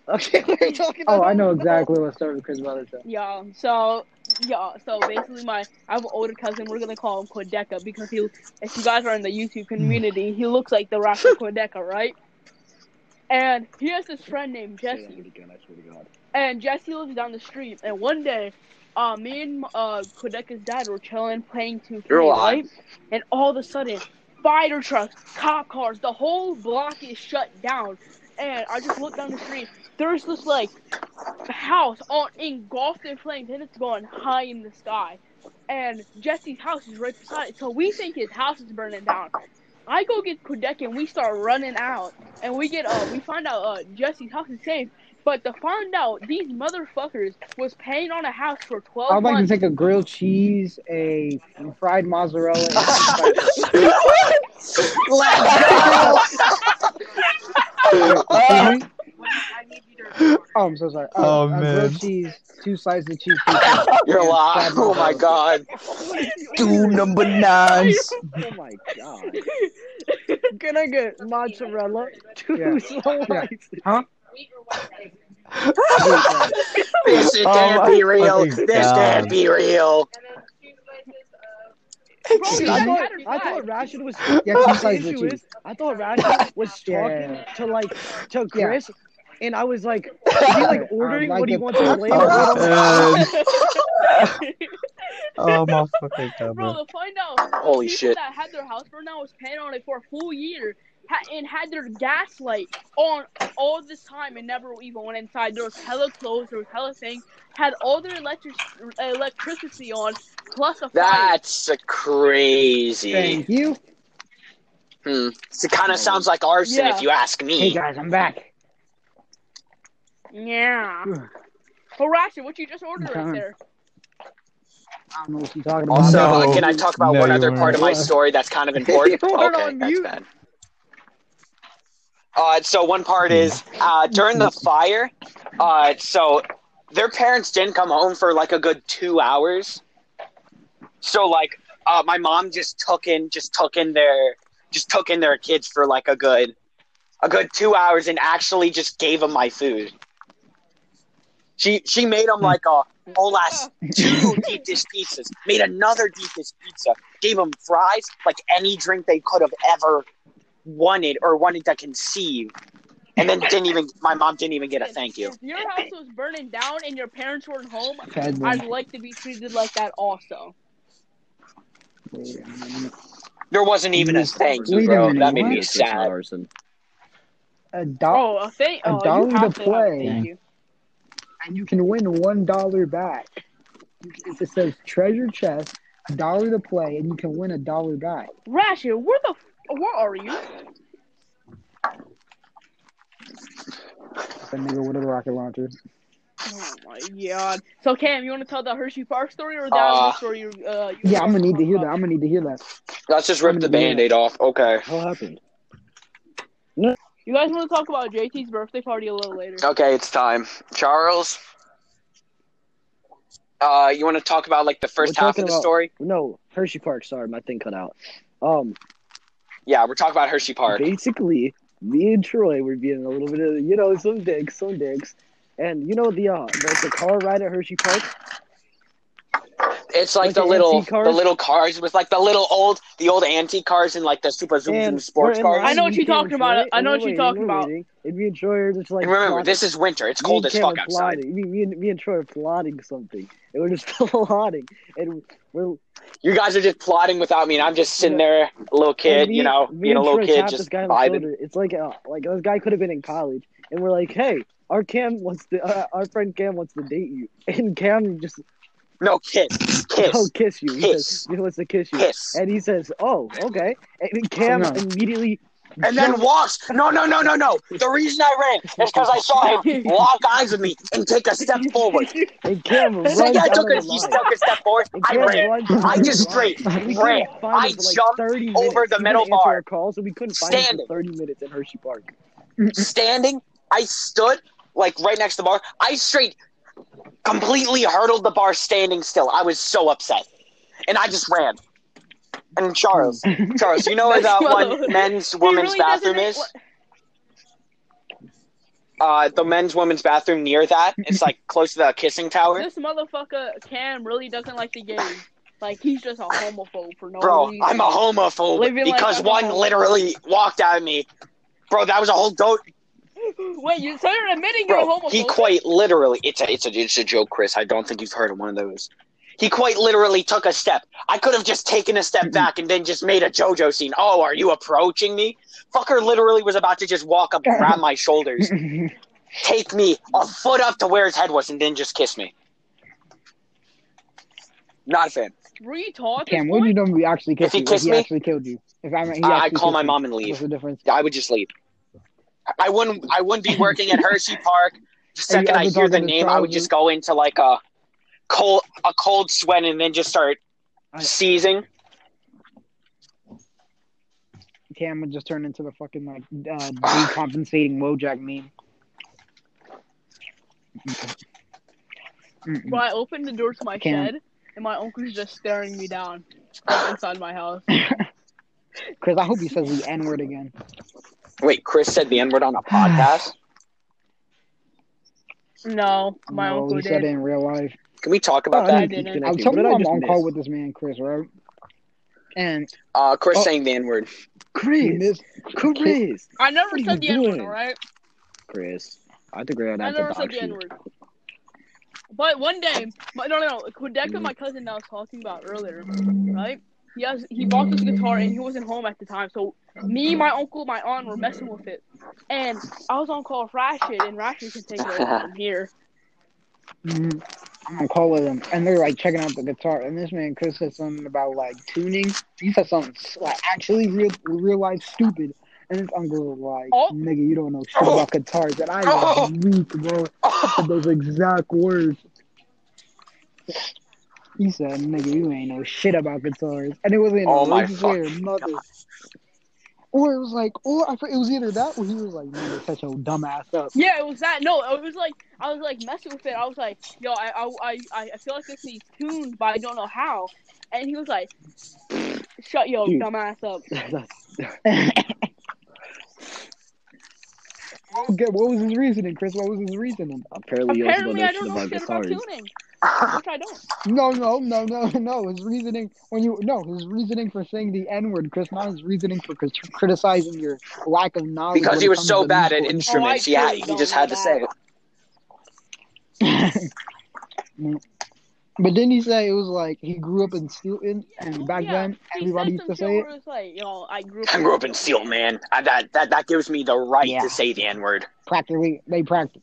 Speaker 4: Okay, we're talking.
Speaker 1: Oh, I
Speaker 4: about-
Speaker 1: know exactly what story Chris Brothers said.
Speaker 2: Yeah. So yeah. So basically, my I have an older cousin. We're gonna call him Quadeca because he, if you guys are in the YouTube community, he looks like the rapper Quadeca, right? And he has this friend named
Speaker 4: Say that
Speaker 2: Jesse.
Speaker 4: word again, I swear to God.
Speaker 2: and Jesse lives down the street. And one day, uh, me and uh, Kodeka's dad were chilling, playing 2K,
Speaker 5: You're alive.
Speaker 2: right? And all of a sudden, fire trucks, cop cars, the whole block is shut down. And I just look down the street, there's this like house on engulfed in flames and it's going high in the sky. And Jesse's house is right beside it, so we think his house is burning down. I go get Kudek and we start running out, and we get uh we find out uh Jesse's house is safe. But to find out these motherfuckers was paying on a house for twelve
Speaker 1: I'd like to
Speaker 2: months.
Speaker 1: take a grilled cheese, a fried mozzarella. And
Speaker 3: Ah,
Speaker 1: Excuse me? Oh, I'm so sorry. Uh,
Speaker 3: Oh,
Speaker 1: a
Speaker 3: man.
Speaker 1: grilled cheese, two slices of cheese. pizza.
Speaker 5: You're
Speaker 1: and fried
Speaker 5: lying. Oh my
Speaker 1: mozzarella.
Speaker 5: god.
Speaker 3: two number nines.
Speaker 4: Oh my god. Can I get mozzarella? Two
Speaker 1: Yeah.
Speaker 4: slices.
Speaker 1: Yeah. Huh?
Speaker 5: This is
Speaker 3: Oh
Speaker 5: can't
Speaker 3: my
Speaker 5: be real.
Speaker 3: fucking
Speaker 5: This can't
Speaker 3: God.
Speaker 5: be real.
Speaker 2: uh,
Speaker 1: Dude,
Speaker 4: I
Speaker 1: Excuse
Speaker 4: thought, I thought Rashid was.
Speaker 1: Yeah, two
Speaker 4: The
Speaker 1: slices of
Speaker 4: issue
Speaker 1: cheese.
Speaker 4: is, I thought Rashid was talking
Speaker 1: Yeah, yeah, yeah.
Speaker 4: to like to
Speaker 1: Yeah.
Speaker 4: Chris, and I was like, is he like
Speaker 1: I'd
Speaker 4: ordering
Speaker 1: like
Speaker 4: what he
Speaker 1: a-
Speaker 4: wants to play?
Speaker 3: Oh,
Speaker 4: What am I-
Speaker 3: man. Oh my fucking
Speaker 2: Bro,
Speaker 3: god, bro.
Speaker 2: to find out, the
Speaker 5: Holy
Speaker 2: people
Speaker 5: shit.
Speaker 2: that had their house burned down was paying on it for a full year ha- and had their gas light on all this time and never even went inside. There was hella clothes, there was hella things, had all their electric- electricity on, plus a fire.
Speaker 5: That's a crazy.
Speaker 1: Thank you.
Speaker 5: Hmm. It kind of sounds like arson,
Speaker 2: Yeah.
Speaker 5: if you ask me.
Speaker 1: Hey guys, I'm back.
Speaker 2: Yeah.
Speaker 1: Ugh.
Speaker 2: Well, Rashid, what you just ordered right
Speaker 1: Okay.
Speaker 2: there?
Speaker 1: I don't know what you're talking about.
Speaker 5: Also,
Speaker 3: No.
Speaker 5: uh, can I talk about
Speaker 3: No,
Speaker 5: one
Speaker 3: you
Speaker 5: other part
Speaker 3: weren't.
Speaker 5: of my story that's kind of important?
Speaker 4: You weren't
Speaker 5: okay,
Speaker 4: on
Speaker 5: that's
Speaker 4: mute.
Speaker 5: bad. Uh, so one part
Speaker 3: Hmm.
Speaker 5: is uh, during the fire. Uh, so their parents didn't come home for like a good two hours. So like, uh, my mom just took in, just took in their, just took in their kids for like a good, a good two hours, and actually just gave them my food. She she made them like a whole ass two deep dish pizzas, made another deep dish pizza, gave them fries, like any drink they could have ever wanted or wanted to conceive, and then didn't even my mom didn't even get a thank you.
Speaker 2: If your house was burning down and your parents weren't home,
Speaker 1: Fed them.
Speaker 2: I'd like to be treated like that also.
Speaker 5: There wasn't even a thank you,
Speaker 1: Wait a
Speaker 5: bro.
Speaker 1: minute,
Speaker 5: That made
Speaker 1: what?
Speaker 5: me
Speaker 4: It's not
Speaker 5: sad.
Speaker 4: arson.
Speaker 1: A dollar,
Speaker 2: Oh, a thank.
Speaker 1: A
Speaker 2: Oh, you
Speaker 1: dollar to
Speaker 2: have to have a
Speaker 1: play.
Speaker 2: thank you.
Speaker 1: and you can win one dollar back. It just says treasure chest, a dollar to play, and you can win a dollar back.
Speaker 2: Rashid, where the f- where are you?
Speaker 1: That nigga with a rocket launcher.
Speaker 2: Oh my god. So Cam, you want to tell the Hershey Park story or that
Speaker 5: Uh,
Speaker 2: other story? You, uh, you
Speaker 1: Yeah, I'm gonna need to hear that. I'm gonna need to hear that.
Speaker 5: Let's just rip the band aid off. Okay.
Speaker 4: What happened?
Speaker 2: You guys want to talk about JT's birthday party a little later?
Speaker 5: Okay, it's time. Charles. Uh, you want to talk about like the 1st
Speaker 4: We're
Speaker 5: half
Speaker 4: talking
Speaker 5: of the
Speaker 4: about-
Speaker 5: story?
Speaker 4: No, Hershey Park. Sorry, my thing cut out. Um,
Speaker 5: Yeah, we're talking about Hershey Park.
Speaker 4: basically, me and Troy were being a little bit of, you know, some dicks, some dicks, and you know the uh, the, the car ride at Hershey Park.
Speaker 5: It's like,
Speaker 4: Like
Speaker 5: the,
Speaker 4: the
Speaker 5: little
Speaker 4: antique cars?
Speaker 5: the little cars with like the little old the old antique cars and like the super zoom zoom
Speaker 4: And
Speaker 5: sports
Speaker 4: we're in
Speaker 5: cars.
Speaker 4: line,
Speaker 2: I know what
Speaker 4: we
Speaker 2: you're
Speaker 4: came
Speaker 2: talking
Speaker 4: in
Speaker 2: about.
Speaker 4: front,
Speaker 2: I
Speaker 4: and
Speaker 2: know
Speaker 4: we're
Speaker 2: what you're
Speaker 4: waiting,
Speaker 2: talking
Speaker 4: we're
Speaker 2: about.
Speaker 4: waiting, And me and Troy are just like,
Speaker 5: and remember,
Speaker 4: plotting.
Speaker 5: this is winter. It's
Speaker 4: Me
Speaker 5: cold
Speaker 4: and
Speaker 5: as
Speaker 4: Cam
Speaker 5: fuck
Speaker 4: are
Speaker 5: outside.
Speaker 4: plotting. Me, me, and, me and Troy are plotting something, and we're just plotting, and we're
Speaker 5: You guys are just plotting without me, and I'm just sitting
Speaker 4: Yeah.
Speaker 5: there, a little kid,
Speaker 4: and me-
Speaker 5: you know,
Speaker 4: me
Speaker 5: being a
Speaker 4: and
Speaker 5: little
Speaker 4: Troy
Speaker 5: kid,
Speaker 4: tapped
Speaker 5: just
Speaker 4: this guy on the
Speaker 5: vibing.
Speaker 4: shoulder. It's like, uh, like this guy could have been in college, and we're like, hey, our Cam wants to, uh, our friend Cam wants to date you, and Cam just
Speaker 5: No, kiss, kiss,
Speaker 4: oh kiss you. He
Speaker 5: kiss.
Speaker 4: says he wants to kiss you,
Speaker 5: kiss.
Speaker 4: and he says, oh okay, and Cam
Speaker 1: No.
Speaker 4: immediately
Speaker 5: And then
Speaker 4: jumped-
Speaker 5: walks. No, no, no, no, no. The reason I ran is because I saw him lock eyes with me and take a step forward.
Speaker 4: and Cam runs
Speaker 5: So yeah, I
Speaker 4: out of
Speaker 5: took
Speaker 4: the
Speaker 5: a, he
Speaker 4: line.
Speaker 5: took a step forward.
Speaker 4: And
Speaker 5: I
Speaker 4: Cam
Speaker 5: ran.
Speaker 4: runs out
Speaker 5: I
Speaker 4: of the
Speaker 5: just
Speaker 4: line.
Speaker 5: straight
Speaker 4: And we
Speaker 5: ran.
Speaker 4: couldn't find
Speaker 5: I
Speaker 4: him for like
Speaker 5: jumped
Speaker 4: 30 minutes.
Speaker 5: over the
Speaker 4: He
Speaker 5: metal
Speaker 4: didn't answer
Speaker 5: bar.
Speaker 4: Our calls, and we couldn't find him
Speaker 5: Standing.
Speaker 4: for 30 minutes in Hershey Park.
Speaker 5: standing. I stood like right next to the bar. I straight completely hurdled the bar standing still. I was so upset. And I just ran. And Charles, Charles, you know where that one men's
Speaker 2: Hmm. He
Speaker 5: women's
Speaker 2: really
Speaker 5: bathroom
Speaker 2: doesn't-
Speaker 5: is? Uh, the men's women's bathroom near that. It's like close to the kissing tower.
Speaker 2: This motherfucker Cam really doesn't like the game. Like he's just a homophobe for no
Speaker 5: Bro,
Speaker 2: reason.
Speaker 5: I'm a homophobe
Speaker 2: Living like
Speaker 5: because
Speaker 2: I'm a
Speaker 5: one
Speaker 2: homophobe.
Speaker 5: literally walked at me. Bro, that was a whole goat.
Speaker 2: Wait, you so you're admitting you're a
Speaker 5: Bro,
Speaker 2: homophobe?
Speaker 5: he quite literally it's a it's a it's a joke, Chris. I don't think you've heard of one of those. He quite literally took a step. I could have just taken a step back and then just made a JoJo scene. Oh, are you approaching me? Fucker literally was about to just walk up and grab my shoulders. take me a foot up to where his head was, and then just kiss me. Not a fan.
Speaker 2: Retard.
Speaker 1: Cam, what would you do if he actually kissed
Speaker 5: he
Speaker 1: you?
Speaker 5: kissed
Speaker 1: if he
Speaker 5: me?
Speaker 1: actually killed you? If I, he
Speaker 5: I- I
Speaker 1: actually
Speaker 5: call
Speaker 1: kissed
Speaker 5: my
Speaker 1: you,
Speaker 5: mom and leave.
Speaker 1: What's the difference?
Speaker 5: I would just leave. I wouldn't. I wouldn't be working at Hershey Park. The
Speaker 1: Are you
Speaker 5: second
Speaker 1: ever
Speaker 5: I hear the
Speaker 1: talking to
Speaker 5: name, I would
Speaker 1: Charles?
Speaker 5: just go into like a cold, a cold sweat, and then just start
Speaker 1: I-
Speaker 5: seizing.
Speaker 1: Cam would just turn into the fucking like uh, decompensating Wojak meme.
Speaker 2: Bro, I opened the door to my
Speaker 1: Cam.
Speaker 2: shed, and my uncle's just staring me down from inside my house.
Speaker 1: Chris, I hope he says the N word again.
Speaker 5: Wait, Chris said the N word on a podcast.
Speaker 2: No, my
Speaker 1: no,
Speaker 2: uncle
Speaker 1: he said it
Speaker 2: did.
Speaker 1: in real life.
Speaker 5: Can we talk about
Speaker 2: I
Speaker 5: that?
Speaker 2: didn't.
Speaker 1: I was telling you I'm on call with this man, Chris, right? And
Speaker 5: Uh, Chris
Speaker 1: Oh.
Speaker 5: saying the N word.
Speaker 1: he
Speaker 4: Chris,
Speaker 1: missed.
Speaker 4: Chris,
Speaker 2: I never
Speaker 4: What are
Speaker 2: said the
Speaker 4: you
Speaker 2: N word,
Speaker 4: doing?
Speaker 2: alright?
Speaker 4: Chris. I think we're gonna
Speaker 2: I
Speaker 4: have to
Speaker 2: never said
Speaker 4: dox
Speaker 2: the N
Speaker 4: you.
Speaker 2: word. But one day, my, no, no, no, Quedeca, my cousin that I was talking about earlier, right? He has he bought this guitar and he wasn't home at the time, so me, my uncle, my aunt were messing with it, and I was on call with Rashid, and Rashid can take it over from here.
Speaker 1: Mhm. I'm on call with him, and they're like checking out the guitar. And this man, Chris, said something about like tuning. He said something s- like actually real, real life stupid. And his uncle was like,
Speaker 2: Oh.
Speaker 1: "Nigga, you don't know shit about guitars." And I
Speaker 5: Oh.
Speaker 1: was weak, bro. Said those exact words. He said, "Nigga, you ain't know shit about guitars," and it wasn't
Speaker 5: Oh
Speaker 1: a
Speaker 5: my
Speaker 1: racist way or nothing. Or it was like, or I, fr- it was either that, or he was like, "Nigga, shut your dumb ass up."
Speaker 2: Yeah, it was that. No, it was like I was like messing with it. I was like, yo, I, I, I, I- I feel like this needs tuned, but I don't know how. And he was like, shut your
Speaker 4: Dude.
Speaker 2: dumbass up.
Speaker 1: What was- what was his reasoning, Chris? What was his reasoning?
Speaker 4: Apparently, you also don't
Speaker 2: Apparently,
Speaker 4: know
Speaker 2: I
Speaker 4: shit
Speaker 2: don't know
Speaker 4: about
Speaker 2: shit about
Speaker 4: guitars.
Speaker 2: tuning, which I don't.
Speaker 1: No, no, no, no, no. His reasoning when you no, his reasoning for saying the N word, Chris, not his reasoning for crit- criticizing your lack of knowledge.
Speaker 5: Because
Speaker 1: when
Speaker 5: he
Speaker 1: it
Speaker 5: was
Speaker 1: comes
Speaker 5: so
Speaker 1: to
Speaker 5: bad at
Speaker 1: musical instruments.
Speaker 5: instruments,
Speaker 2: Oh, I
Speaker 5: yeah,
Speaker 2: truly
Speaker 5: he
Speaker 2: don't
Speaker 5: just
Speaker 2: know
Speaker 5: had to
Speaker 2: that.
Speaker 5: say it.
Speaker 1: But didn't he say it was like he grew up in Stoughton and
Speaker 2: Oh,
Speaker 1: back
Speaker 2: yeah.
Speaker 1: then
Speaker 2: He
Speaker 1: everybody
Speaker 2: said
Speaker 1: used
Speaker 2: some
Speaker 1: to
Speaker 2: shit
Speaker 1: say it?
Speaker 2: where it's like, yo, I grew up.
Speaker 5: I grew up in Seal, man. I, that that that gives me the right
Speaker 1: Yeah.
Speaker 5: to say the N word.
Speaker 1: Practically, they practiced.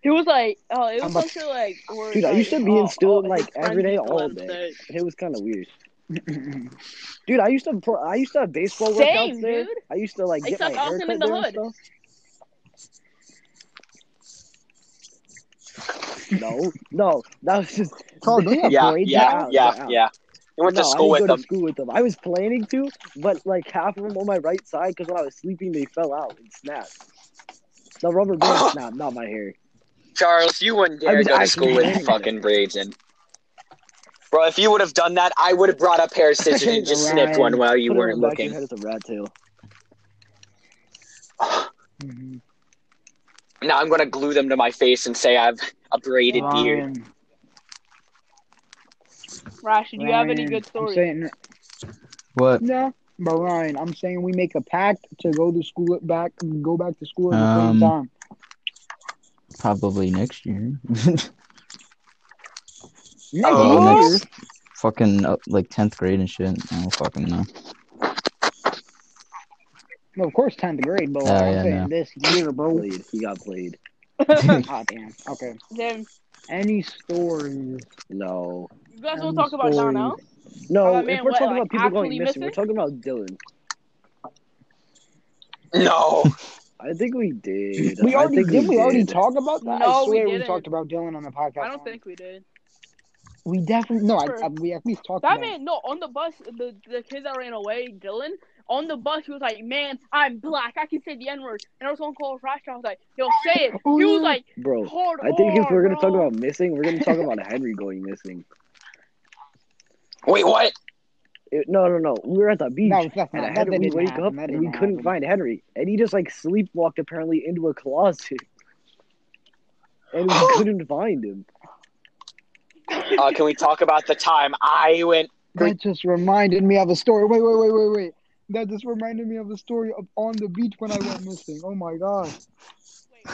Speaker 2: He was like, oh, it
Speaker 1: I'm
Speaker 2: was
Speaker 1: a-
Speaker 2: some shit like. Where it's
Speaker 4: Dude, I
Speaker 2: like,
Speaker 4: used to be in
Speaker 2: oh,
Speaker 4: Stoughton,
Speaker 2: oh, his
Speaker 4: like, every
Speaker 2: friends
Speaker 4: day,
Speaker 2: used to
Speaker 4: all
Speaker 2: let him
Speaker 4: day.
Speaker 2: say it.
Speaker 4: It was kind of weird. Dude, I used to pro- I used to have baseball
Speaker 2: Same,
Speaker 4: workouts there.
Speaker 2: dude.
Speaker 4: I used to like get
Speaker 2: Except
Speaker 4: my
Speaker 2: I
Speaker 4: hair
Speaker 2: was in
Speaker 4: cut
Speaker 2: the
Speaker 4: there and
Speaker 2: hood.
Speaker 4: stuff. No, no, that was just
Speaker 1: Oh, they have
Speaker 5: Yeah,
Speaker 1: parades
Speaker 5: yeah,
Speaker 1: now?
Speaker 4: out,
Speaker 5: yeah,
Speaker 4: they're out.
Speaker 5: yeah. I went
Speaker 4: no.
Speaker 5: to
Speaker 4: I
Speaker 5: school
Speaker 4: didn't
Speaker 5: with
Speaker 4: go to
Speaker 5: them.
Speaker 4: school with them. I was planning to, but like half of them on my right side because when I was sleeping they fell out and snapped. The rubber band snapped, not my hair.
Speaker 5: Charles, you wouldn't
Speaker 4: I
Speaker 5: dare
Speaker 4: was
Speaker 5: go to
Speaker 4: actually
Speaker 5: school with
Speaker 4: planning
Speaker 5: fucking braids in. Bro, if you would have done that, I would have brought a pair of scissors and just snipped one
Speaker 1: Right.
Speaker 5: while you
Speaker 4: Put it in
Speaker 5: weren't
Speaker 4: the back of your
Speaker 5: looking.
Speaker 4: head as a rat tail.
Speaker 1: Mhm.
Speaker 5: Now I'm gonna glue them to my face and say I've a braided beard.
Speaker 1: Ryan,
Speaker 2: Rash, do you have any
Speaker 1: Ryan,
Speaker 2: good
Speaker 1: I'm
Speaker 2: stories?
Speaker 1: saying,
Speaker 3: What?
Speaker 1: no, but Ryan, I'm saying we make a pact to go to school at back, go back to school at the
Speaker 3: Um,
Speaker 1: same time.
Speaker 3: Probably next year.
Speaker 1: Next
Speaker 5: Oh,
Speaker 1: year?
Speaker 3: next fucking uh, like tenth grade and shit. I don't fucking know.
Speaker 1: No, of course, tenth grade, but
Speaker 3: Oh,
Speaker 1: like, I'm
Speaker 3: yeah,
Speaker 1: saying
Speaker 3: no.
Speaker 1: this year, bro.
Speaker 4: Played. He got played.
Speaker 1: Ah, damn. Okay.
Speaker 2: Damn.
Speaker 1: Any stories?
Speaker 4: No.
Speaker 2: You guys want
Speaker 1: Any
Speaker 2: to talk about
Speaker 1: stories?
Speaker 2: Donnell?
Speaker 4: No,
Speaker 2: Oh,
Speaker 4: if
Speaker 2: man,
Speaker 4: we're
Speaker 2: what,
Speaker 4: talking
Speaker 2: like,
Speaker 4: about people going
Speaker 2: actually
Speaker 4: missing, we're
Speaker 2: missing?
Speaker 4: talking about Dylan.
Speaker 5: No,
Speaker 4: I think we did.
Speaker 1: We
Speaker 4: I
Speaker 1: already
Speaker 4: think
Speaker 1: did. We already
Speaker 4: did.
Speaker 1: talked about that.
Speaker 2: No,
Speaker 1: I
Speaker 2: we
Speaker 1: swear we,
Speaker 2: didn't.
Speaker 1: talked about Dylan on the podcast.
Speaker 2: I don't think we did.
Speaker 1: we definitely no. I,
Speaker 2: Sure.
Speaker 1: I, we at least talked
Speaker 2: That
Speaker 1: about. it.
Speaker 2: man, no, on the bus, the, the kid that ran away, Dylan, on the bus, he was like, man, I'm black. I can say the N word. And I was on call with Rash. I was like, yo, say it. He
Speaker 1: Oh,
Speaker 2: was
Speaker 1: yeah.
Speaker 2: like,
Speaker 4: Bro,
Speaker 2: hard
Speaker 4: I think if
Speaker 2: R,
Speaker 4: we're gonna talk
Speaker 2: bro.
Speaker 4: about missing, we're gonna talk about Henry going missing.
Speaker 5: wait, what?
Speaker 4: It- no, no, no. We were at the beach
Speaker 1: No, that's not. That,
Speaker 4: and Henry
Speaker 1: that
Speaker 4: we
Speaker 1: didn't
Speaker 4: wake
Speaker 1: happen.
Speaker 4: up
Speaker 1: that
Speaker 4: and we
Speaker 1: didn't
Speaker 4: couldn't
Speaker 1: happen.
Speaker 4: find Henry, and he just like sleepwalked apparently into a closet, and we couldn't find him.
Speaker 5: Uh, can we talk about the time I went?
Speaker 1: That just reminded me of a story. Wait, wait, wait, wait, wait. That just reminded me of a story of on the beach when I went missing. Oh my god.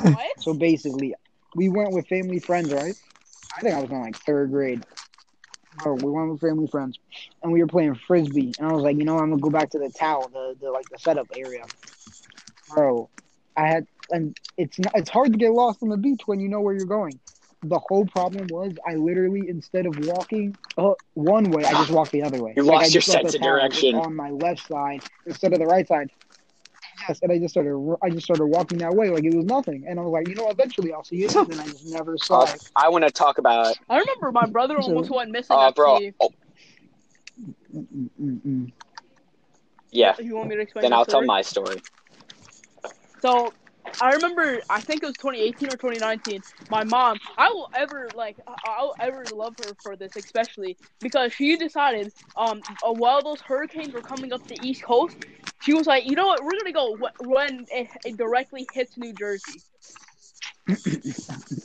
Speaker 2: Wait, what?
Speaker 1: So basically, we went with family friends, right? I think I was in like third grade. Bro, we went with family friends, and we were playing frisbee. And I was like, you know, I'm gonna go back to the towel, the, the like the setup area. Bro, I had and it's not, it's hard to get lost on the beach when you know where you're going. The whole problem was I literally instead of walking uh, one way, I just walked the other way.
Speaker 5: You
Speaker 1: I
Speaker 5: lost your
Speaker 1: just left
Speaker 5: sense
Speaker 1: the
Speaker 5: of
Speaker 1: town
Speaker 5: direction.
Speaker 1: on my left side instead of the right side. Yes, and I just started I just started walking that way like it was nothing, and I was like, you know, eventually I'll see you, and I just never saw
Speaker 5: Uh,
Speaker 1: it.
Speaker 5: I want to talk about.
Speaker 2: I remember my brother
Speaker 1: So-
Speaker 2: almost went missing.
Speaker 5: Uh, bro.
Speaker 2: actually.
Speaker 5: Oh,
Speaker 1: Mm, mm, mm.
Speaker 5: yeah.
Speaker 2: You want me to explain?
Speaker 5: Then
Speaker 2: the
Speaker 5: I'll tell
Speaker 2: story?
Speaker 5: my story.
Speaker 2: So I remember, I think it was 2018 or 2019. My mom, I will ever like, I- I'll ever love her for this, especially because she decided, um, uh, while those hurricanes were coming up the East Coast, she was like, you know what, we're gonna go wh- when it, it eh, directly hits New Jersey,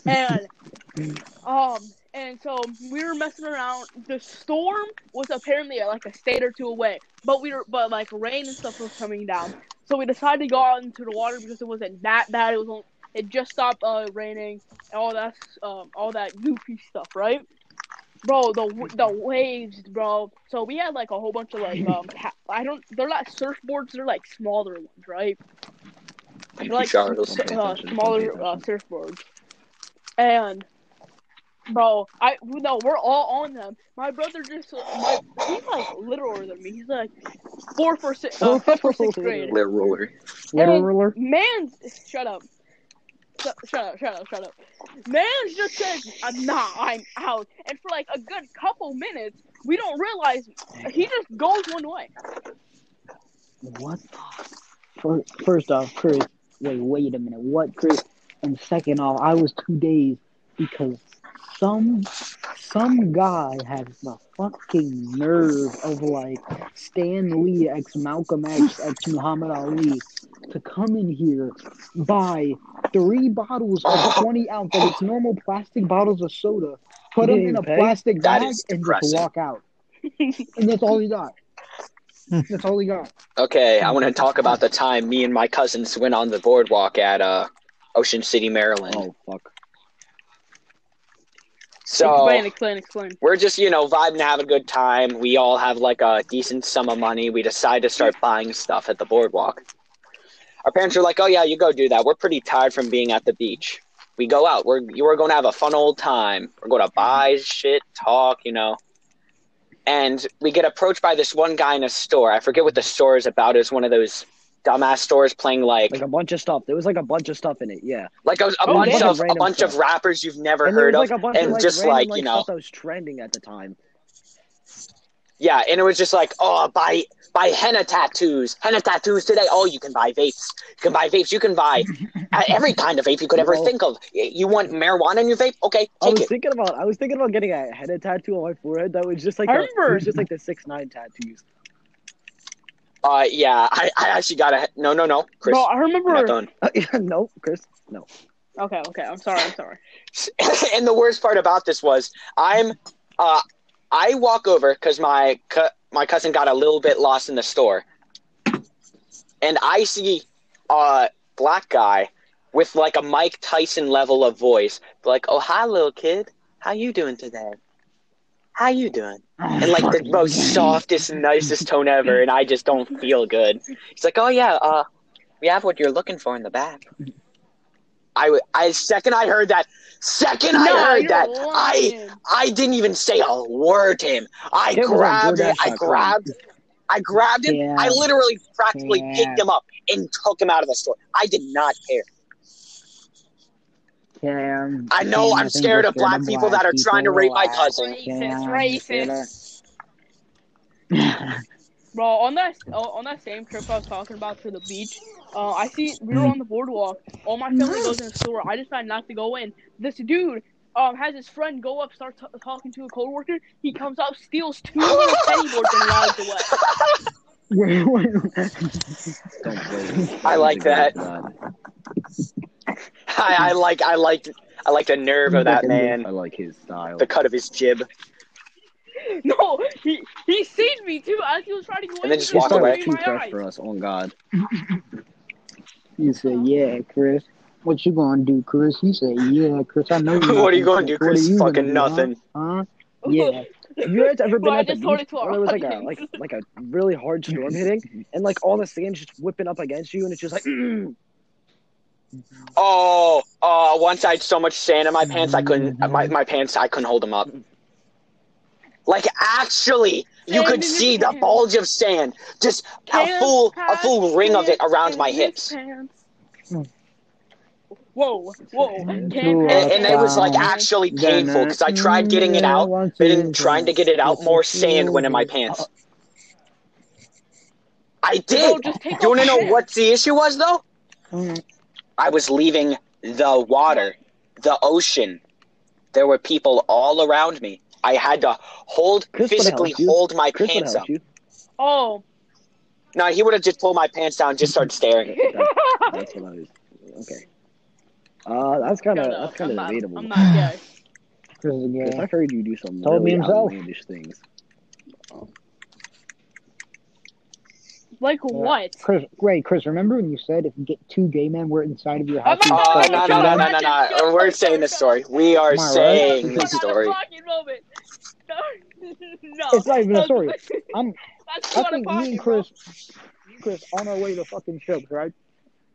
Speaker 2: and um, and so we were messing around. The storm was apparently like a state or two away, but we were, but like rain and stuff was coming down. So we decided to go out into the water because it wasn't that bad. It was only, it just stopped uh, raining and all that um, all that goofy stuff, right? Bro, the w- the waves, bro. So we had like a whole bunch of like um, ca- I don't, they're not surfboards. They're like smaller ones, right?
Speaker 5: Thank
Speaker 2: They're
Speaker 5: you,
Speaker 2: like
Speaker 5: Charles.
Speaker 2: s- uh, smaller uh, surfboards, and bro, I no, we're all on them. My brother just my, he's like littler than me. He's like four for six, uh, fifth or sixth grade.
Speaker 5: Little ruler.
Speaker 1: Little
Speaker 2: And-
Speaker 1: ruler.
Speaker 2: Man's shut up. Sh- Shut up, shut up, shut up. Man's just says, "Uh, nah, I'm out. And for like a good couple minutes, we don't realize he just goes one way.
Speaker 1: What the? First, first off, Chris, wait, wait a minute. What, Chris? And second off, I was two days because some some guy had the fucking nerve of like Stan Lee ex Malcolm X ex Muhammad Ali to come in here buy three bottles of twenty ounce like it's normal plastic bottles of soda, put them in a
Speaker 4: Okay.
Speaker 1: plastic
Speaker 5: That
Speaker 1: bag,
Speaker 5: is
Speaker 1: and just
Speaker 5: depressing.
Speaker 1: walk out. And that's all he got. That's all he got.
Speaker 5: Okay, I want to talk about the time me and my cousins went on the boardwalk at uh, Ocean City, Maryland.
Speaker 4: Oh fuck.
Speaker 2: Explain,
Speaker 5: So
Speaker 2: explain, explain.
Speaker 5: we're just, you know, vibing, having a good time. We all have like a decent sum of money. We decide to start buying stuff at the boardwalk. Our parents are like, "Oh yeah, you go do that. We're pretty tired from being at the beach. We go out. We're you are going to have a fun old time. We're going to buy shit, talk, you know." And we get approached by this one guy in a store. I forget what the store is about. It's one of those dumbass stores playing like
Speaker 4: Like a bunch of stuff. There was like a bunch of stuff in it. Yeah.
Speaker 5: like a, a
Speaker 2: Oh,
Speaker 5: bunch
Speaker 2: yeah.
Speaker 5: of a
Speaker 4: Random
Speaker 5: bunch of
Speaker 4: stuff.
Speaker 5: rappers you've never
Speaker 4: and there
Speaker 5: heard
Speaker 4: was like
Speaker 5: of,
Speaker 4: a bunch
Speaker 5: and
Speaker 4: of like
Speaker 5: just
Speaker 4: random
Speaker 5: like
Speaker 4: like
Speaker 5: you know,
Speaker 4: stuff that was trending at the time.
Speaker 5: yeah. And it was just like, oh, buy buy henna tattoos, henna tattoos today. Oh, you can buy vapes, you can buy vapes, you can buy uh, every kind of vape you could ever
Speaker 4: Well-
Speaker 5: think of. Y- You want marijuana in your vape? Okay,
Speaker 4: I
Speaker 5: take
Speaker 4: was
Speaker 5: it.
Speaker 4: thinking about I was thinking about getting a henna tattoo on my forehead that was just like
Speaker 2: I
Speaker 4: a,
Speaker 2: remember-
Speaker 4: it was just like the six nine tattoos.
Speaker 5: Uh, yeah, I, I actually got a no, no, no, Chris.
Speaker 2: Bro, I
Speaker 5: you're not
Speaker 2: remember.
Speaker 5: done.
Speaker 4: no, Chris, no.
Speaker 2: Okay, okay, I'm sorry, I'm sorry.
Speaker 5: and the worst part about this was I'm uh I walk over cuz my cu- my cousin got a little bit lost in the store. And I see a black guy with like a Mike Tyson level of voice like, "Oh, hi little kid. How you doing today? How you doing?" And like the most softest nicest tone ever and I just don't feel good. He's like, "Oh yeah, uh we have what you're looking for in the back." I, w- I second I heard that second
Speaker 2: Nah,
Speaker 5: I
Speaker 2: you're
Speaker 5: heard that I
Speaker 2: lying.
Speaker 5: I didn't even say a word to him. I
Speaker 4: It was on
Speaker 5: grabbed it. I
Speaker 4: DoorDash.com.
Speaker 5: grabbed. I grabbed him. I
Speaker 1: Yeah.
Speaker 5: literally practically picked
Speaker 1: Yeah.
Speaker 5: him up and took him out of the store. I did not care.
Speaker 1: Cam,
Speaker 5: I know
Speaker 1: Cam,
Speaker 5: I'm
Speaker 1: um, think
Speaker 5: scared
Speaker 1: we're
Speaker 5: of black
Speaker 1: of
Speaker 5: people that are trying to
Speaker 1: people.
Speaker 5: rape my
Speaker 1: I
Speaker 5: cousin.
Speaker 1: think Cam,
Speaker 2: Racist,
Speaker 1: you're the-
Speaker 2: Bro, on that uh, on that same trip I was talking about to the beach, uh, I see we were on the boardwalk. All my family goes in the store. I decide not to go in. This dude um has his friend go up, start t- talking to a coworker. He comes out, steals two little penny boards and rides away.
Speaker 1: Wait, wait.
Speaker 4: Don't play.
Speaker 5: I like that. I, I like I like I like the nerve of that man.
Speaker 4: I like his style.
Speaker 5: The cut of his jib.
Speaker 2: No, he he seen me too as he was trying to go in.
Speaker 5: And then just
Speaker 2: he
Speaker 5: walk
Speaker 2: looked
Speaker 5: away.
Speaker 2: me in
Speaker 4: too
Speaker 2: my
Speaker 4: fresh
Speaker 2: eyes.
Speaker 4: for us. On God,
Speaker 1: You say, yeah, Chris. What you gonna do, Chris? You say, yeah, Chris. I know you're not
Speaker 5: what are you
Speaker 1: gonna
Speaker 5: going to do,
Speaker 1: quit. What are
Speaker 5: Chris?
Speaker 1: you
Speaker 5: Fucking
Speaker 1: gonna do,
Speaker 5: nothing.
Speaker 1: Huh? huh? Yeah.
Speaker 4: have you guys ever been
Speaker 2: Bro, I
Speaker 4: at the
Speaker 2: just told
Speaker 4: beach
Speaker 2: it to our
Speaker 4: where there was like a
Speaker 2: audience.
Speaker 4: like like a really "Mm, hard storm hitting and like all the sand just whipping up against you and it's just like
Speaker 5: Oh, uh, once I had so much sand in my pants, I couldn't. uh,
Speaker 2: Mm-hmm.
Speaker 5: My, my pants, I couldn't hold them up. Like actually, you
Speaker 2: Sand
Speaker 5: could
Speaker 2: in your
Speaker 5: see the
Speaker 2: pants.
Speaker 5: bulge of sand, just a full, a full ring of it around my hips,
Speaker 2: Whoa, whoa.
Speaker 1: Two
Speaker 2: Can't
Speaker 1: up,
Speaker 5: and, and it was like
Speaker 1: down.
Speaker 5: actually painful because I tried getting it out,
Speaker 1: One,
Speaker 5: but
Speaker 1: two,
Speaker 5: in trying to
Speaker 1: three.
Speaker 5: get it out,
Speaker 1: This
Speaker 5: more
Speaker 1: is
Speaker 5: sand went in my
Speaker 1: over.
Speaker 5: pants. I
Speaker 2: Bro,
Speaker 5: did.
Speaker 2: just take
Speaker 5: You
Speaker 2: off
Speaker 5: want to
Speaker 2: your
Speaker 5: know
Speaker 2: pants.
Speaker 5: what the issue was though?
Speaker 1: Mm.
Speaker 5: I was leaving the water, the ocean. There were people all around me. I had to hold
Speaker 4: Chris would've
Speaker 5: physically
Speaker 4: helped you.
Speaker 5: hold my
Speaker 4: Chris would
Speaker 5: pants up.
Speaker 4: help you.
Speaker 2: Oh.
Speaker 5: No, he would have just pulled my pants down, and just started staring.
Speaker 4: That's what I was. Okay. Uh, that's kind
Speaker 2: Shut
Speaker 4: of
Speaker 2: up.
Speaker 4: that's kind
Speaker 2: I'm
Speaker 4: of
Speaker 2: not-
Speaker 4: debatable.
Speaker 2: I'm not gay.
Speaker 1: This is a
Speaker 4: Chris,
Speaker 1: game.
Speaker 4: I've heard you do some
Speaker 1: Told me
Speaker 4: really
Speaker 1: himself.
Speaker 4: outlandish things.
Speaker 2: Like what?
Speaker 1: Chris, wait, Chris, remember when you said if you get two gay men, we're inside of your
Speaker 2: I'm
Speaker 1: house? you
Speaker 2: not-
Speaker 5: Oh
Speaker 1: start
Speaker 5: no
Speaker 1: touching
Speaker 5: no no
Speaker 1: them?
Speaker 5: no no no! We're saying this story. We are
Speaker 1: Am I right?
Speaker 5: saying
Speaker 2: That's
Speaker 5: this story.
Speaker 2: not a pocket moment. No. no.
Speaker 1: It's not even a
Speaker 2: That's-
Speaker 1: story. I'm,
Speaker 2: That's
Speaker 1: I
Speaker 2: not a
Speaker 1: think me and
Speaker 2: pocket, bro.
Speaker 1: Chris, me and Chris, on our way to fucking Chubbs, right?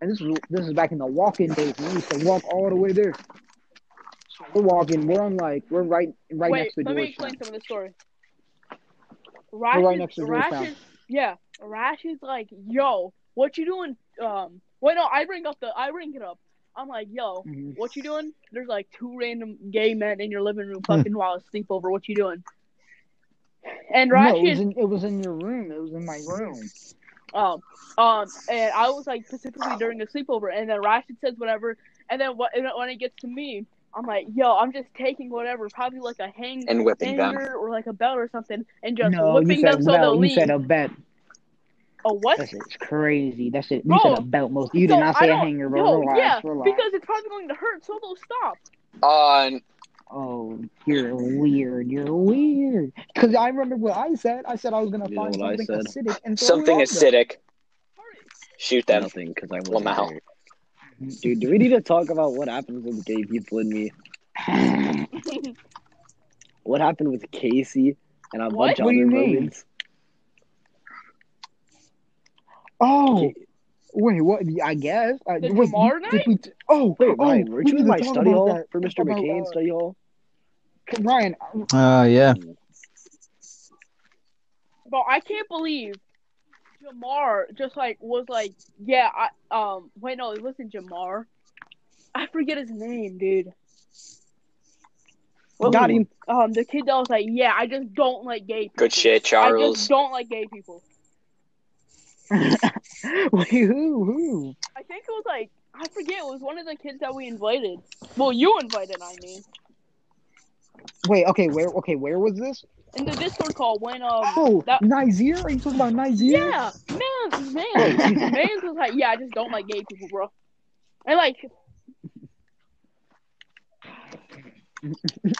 Speaker 1: And this is this is back in the walk-in days. Man. We used to walk all the way there. So we're walking. We're on like we're right right
Speaker 2: Wait,
Speaker 1: next to
Speaker 2: let me
Speaker 1: Georgetown.
Speaker 2: explain some of the story.
Speaker 1: We're
Speaker 2: Rash
Speaker 1: right
Speaker 2: is-
Speaker 1: next to
Speaker 2: Rash
Speaker 1: Georgetown.
Speaker 2: is- yeah, Rash is like, yo, what you doing? Um, wait, no, I bring up the, I bring it up. I'm like, yo,
Speaker 1: Mhm.
Speaker 2: what you doing? There's like two random gay men in your living room fucking while I sleep over. What you doing? And Rash
Speaker 1: Hmm. No, it was
Speaker 2: is,
Speaker 1: in it was in your room. It was in my room.
Speaker 2: um, um, and I was like specifically during a sleepover, and then Rashid says whatever, and then what, and then when it gets to me, I'm like, yo, I'm just taking whatever, probably like a hang
Speaker 5: And whipping them.
Speaker 2: hanger or like a belt or something, and just
Speaker 1: No, you
Speaker 2: whipping
Speaker 1: said
Speaker 2: them
Speaker 1: a
Speaker 2: so they'll
Speaker 1: belt. You
Speaker 2: leave.
Speaker 1: said a bet.
Speaker 2: a what?
Speaker 1: That's it's crazy. That's it. You
Speaker 2: Bro,
Speaker 1: said a belt most. You did
Speaker 2: Yo,
Speaker 1: not
Speaker 2: I
Speaker 1: say a
Speaker 2: don't-
Speaker 1: hanger, bro.
Speaker 2: yo,
Speaker 1: relax,
Speaker 2: yeah,
Speaker 1: relax.
Speaker 2: because it's probably going to hurt, so they'll stop.
Speaker 5: On
Speaker 1: Oh, you're weird. You're weird. Because I remember what I said. I said I was gonna
Speaker 4: You know
Speaker 1: find
Speaker 4: what I
Speaker 1: something
Speaker 4: said?
Speaker 1: acidic and throw
Speaker 5: something
Speaker 1: it on them.
Speaker 5: acidic, shoot them.
Speaker 4: Nothing, because I wasn't
Speaker 5: Lamau.
Speaker 4: there. Dude, do we need to talk about what happened with gay people and me? What happened with Casey and a
Speaker 2: What?
Speaker 4: bunch of
Speaker 1: What do
Speaker 4: other
Speaker 1: you mean?
Speaker 4: moments?
Speaker 1: Oh,
Speaker 4: Ca-
Speaker 1: wait. What? I guess. I,
Speaker 2: The
Speaker 1: wait,
Speaker 2: tomorrow
Speaker 1: did we? Oh,
Speaker 4: Wait,
Speaker 1: oh,
Speaker 4: Ryan, weren't
Speaker 1: we
Speaker 4: you in
Speaker 1: didn't
Speaker 4: my
Speaker 1: talk
Speaker 4: study
Speaker 1: about
Speaker 4: hall
Speaker 1: that.
Speaker 4: for Mr.
Speaker 1: About,
Speaker 4: McCain's
Speaker 1: uh,
Speaker 4: study hall?
Speaker 1: Ryan,
Speaker 3: Uh, yeah.
Speaker 2: Bro, I can't believe Jamar just like was like, yeah, I um wait no, it wasn't Jamar. I forget his name, dude.
Speaker 1: Ooh.
Speaker 4: Got him.
Speaker 2: Um, the kid that was like, yeah, I just don't like gay people.
Speaker 5: Good shit,
Speaker 2: I just
Speaker 5: Charles.
Speaker 2: don't like gay people.
Speaker 1: wait, who? Who?
Speaker 2: I think it was like I forget. It was one of the kids that we invited. Well, you invited, I mean,
Speaker 1: Wait. Okay. Where? Okay. Where was this?
Speaker 2: in the Discord call when um.
Speaker 1: Oh,
Speaker 2: that-
Speaker 1: Nizier? Are you talking about Nizier?
Speaker 2: Yeah, man, man, man was like, yeah, I just don't like gay people, bro. And like,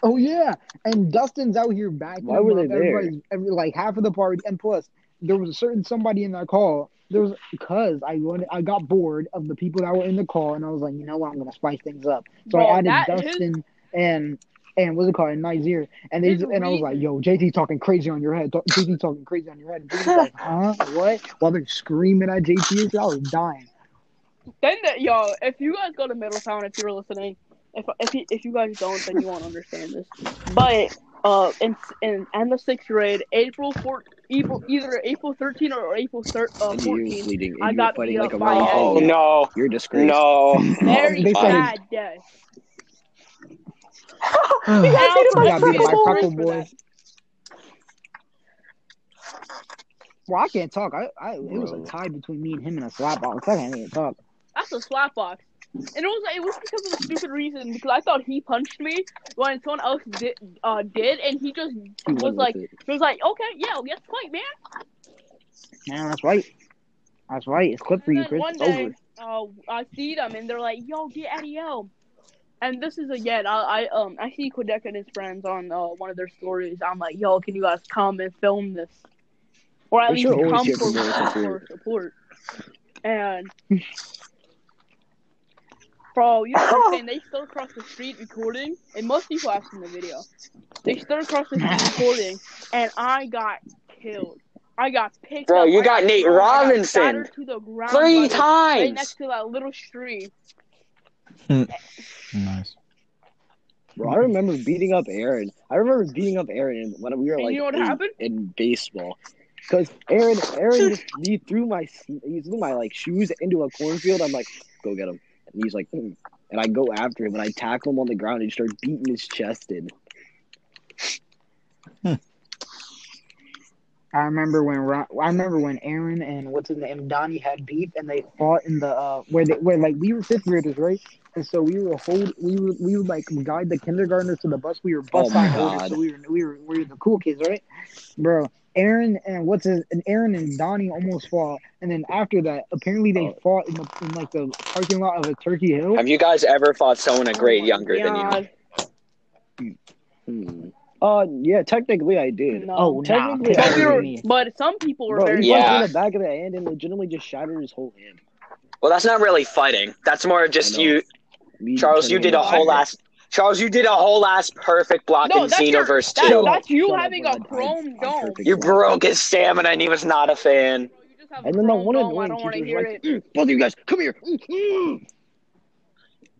Speaker 1: Oh yeah. And Dustin's out here backing
Speaker 4: Why were
Speaker 1: him
Speaker 4: they
Speaker 1: up.
Speaker 4: there?
Speaker 1: Everybody's every, like half of the party, and plus there was a certain somebody in that call. There was because I wanted, I got bored of the people that were in the call, and I was like, you know what, I'm gonna spice things up. So
Speaker 2: bro,
Speaker 1: I added
Speaker 2: that his,
Speaker 1: Dustin and and what's it called, and Nizier, and they
Speaker 2: his
Speaker 1: and I was like,
Speaker 2: reason-
Speaker 1: yo, JT talking crazy on your head, Talk- JT talking crazy on your head, and JT's like, huh, what? While they're screaming at JT, and shit, I was dying.
Speaker 2: Then that, yo, if you guys go to Middletown, if you're listening, if if you, if you guys don't, then you won't understand this. But uh, in in and the sixth grade, April four, April either April 13 or April thir- uh,
Speaker 4: And you were
Speaker 2: 14,
Speaker 4: bleeding, and
Speaker 2: I
Speaker 4: you
Speaker 2: got
Speaker 4: were fighting
Speaker 2: beat
Speaker 4: like a
Speaker 2: up by
Speaker 4: real
Speaker 2: Ed.
Speaker 5: Oh
Speaker 4: idiot.
Speaker 5: no,
Speaker 4: You're disgraced.
Speaker 5: no!
Speaker 2: very
Speaker 1: they started
Speaker 2: bad day.
Speaker 5: he
Speaker 2: And
Speaker 5: got
Speaker 2: I'll
Speaker 5: hit by
Speaker 1: got
Speaker 5: a
Speaker 2: forever
Speaker 1: beat
Speaker 2: be
Speaker 1: up
Speaker 5: soccer
Speaker 1: by
Speaker 5: ball.
Speaker 2: disgraced
Speaker 1: Crackle
Speaker 2: for
Speaker 1: Boy.
Speaker 2: that.
Speaker 1: Well, I can't talk. I, I it was a
Speaker 4: Bro.
Speaker 1: tie between me and him in a slap box. I can't even talk.
Speaker 2: That's a slap box. And it was it was because of a stupid reason because I thought he punched me when someone else did uh did and he just
Speaker 4: He won
Speaker 2: was
Speaker 4: with
Speaker 2: like
Speaker 4: it.
Speaker 2: he was like okay yeah let's fight man
Speaker 1: Man, that's right. That's right. It's clip for
Speaker 2: and
Speaker 1: you,
Speaker 2: then
Speaker 1: Chris.
Speaker 2: one
Speaker 1: It's
Speaker 2: day
Speaker 1: over.
Speaker 2: uh I see them and they're like yo get Eddie O and this is again I, I um I see Quebec and his friends on uh, one of their stories I'm like yo can you guys come and film this or at
Speaker 4: We should
Speaker 2: least
Speaker 4: always
Speaker 2: come
Speaker 4: hear
Speaker 2: for
Speaker 4: from Boris
Speaker 2: for support and Bro, you don't understand. They stood across the street recording, and most people have seen the video. They stood across the street recording, and I got killed. I got picked
Speaker 5: Bro,
Speaker 2: up.
Speaker 5: you
Speaker 2: I
Speaker 5: got Nate
Speaker 2: thrown, I got
Speaker 5: Robinson
Speaker 2: battered to the ground
Speaker 5: three
Speaker 2: by the- right
Speaker 5: times.
Speaker 2: next to that little stream.
Speaker 3: Nice.
Speaker 4: Bro, I remember beating up Aaron. I remember beating up Aaron when we were
Speaker 2: And
Speaker 4: like
Speaker 2: you know what
Speaker 4: eight
Speaker 2: happened?
Speaker 4: in baseball. Because Aaron, Aaron, just, he threw my sn- he threw my like shoes into a cornfield. I'm like, go get him, and he's like, "Mm." and I go after him and I tackle him on the ground and start beating his chest in.
Speaker 1: I remember when Ro- I remember when Aaron and what's his name Donnie had beef and they fought in the uh where they where like we were fifth graders right and so we were hold we were we would like guide the kindergartners to the bus we were bus
Speaker 4: Oh my
Speaker 1: side holders
Speaker 4: God.
Speaker 1: so we were we were we were the cool kids right bro Aaron and what's his and Aaron and Donnie almost fought and then after that apparently they
Speaker 4: Oh.
Speaker 1: fought in the in like the parking lot of a Turkey Hill
Speaker 5: Have you guys ever fought someone a grade younger than you?
Speaker 2: God.
Speaker 4: Hmm. Uh, yeah, technically I did.
Speaker 2: No.
Speaker 1: oh nah,
Speaker 4: Technically,
Speaker 1: piss
Speaker 2: But, we
Speaker 1: off
Speaker 2: were,
Speaker 1: me.
Speaker 2: but some people were
Speaker 4: Bro,
Speaker 2: very
Speaker 4: he
Speaker 5: Yeah.
Speaker 4: punched me in the back of the hand and legitimately just shattered his whole hand.
Speaker 5: Well, that's not really fighting. That's more just
Speaker 4: I know.
Speaker 5: you,
Speaker 4: Me
Speaker 5: Charles. You
Speaker 4: turning
Speaker 5: did a
Speaker 4: around.
Speaker 5: whole ass. Charles, you did a whole ass perfect block
Speaker 2: No,
Speaker 5: in
Speaker 2: that's your-
Speaker 5: Xenoverse
Speaker 2: that-
Speaker 5: two.
Speaker 4: Shut up,
Speaker 2: That's you
Speaker 4: shut up,
Speaker 2: having
Speaker 4: Rod.
Speaker 2: a chrome
Speaker 4: I'm
Speaker 2: dome.
Speaker 4: perfect
Speaker 5: You
Speaker 4: block.
Speaker 5: broke his stamina, and he was not a fan.
Speaker 2: Bro, you just have
Speaker 4: And then the
Speaker 2: grown
Speaker 4: one
Speaker 2: dome. I
Speaker 4: annoying
Speaker 2: don't want to
Speaker 4: teacher
Speaker 2: hear
Speaker 4: was
Speaker 2: it.
Speaker 4: like, "Mm, both of you guys, come here. Mm, mm."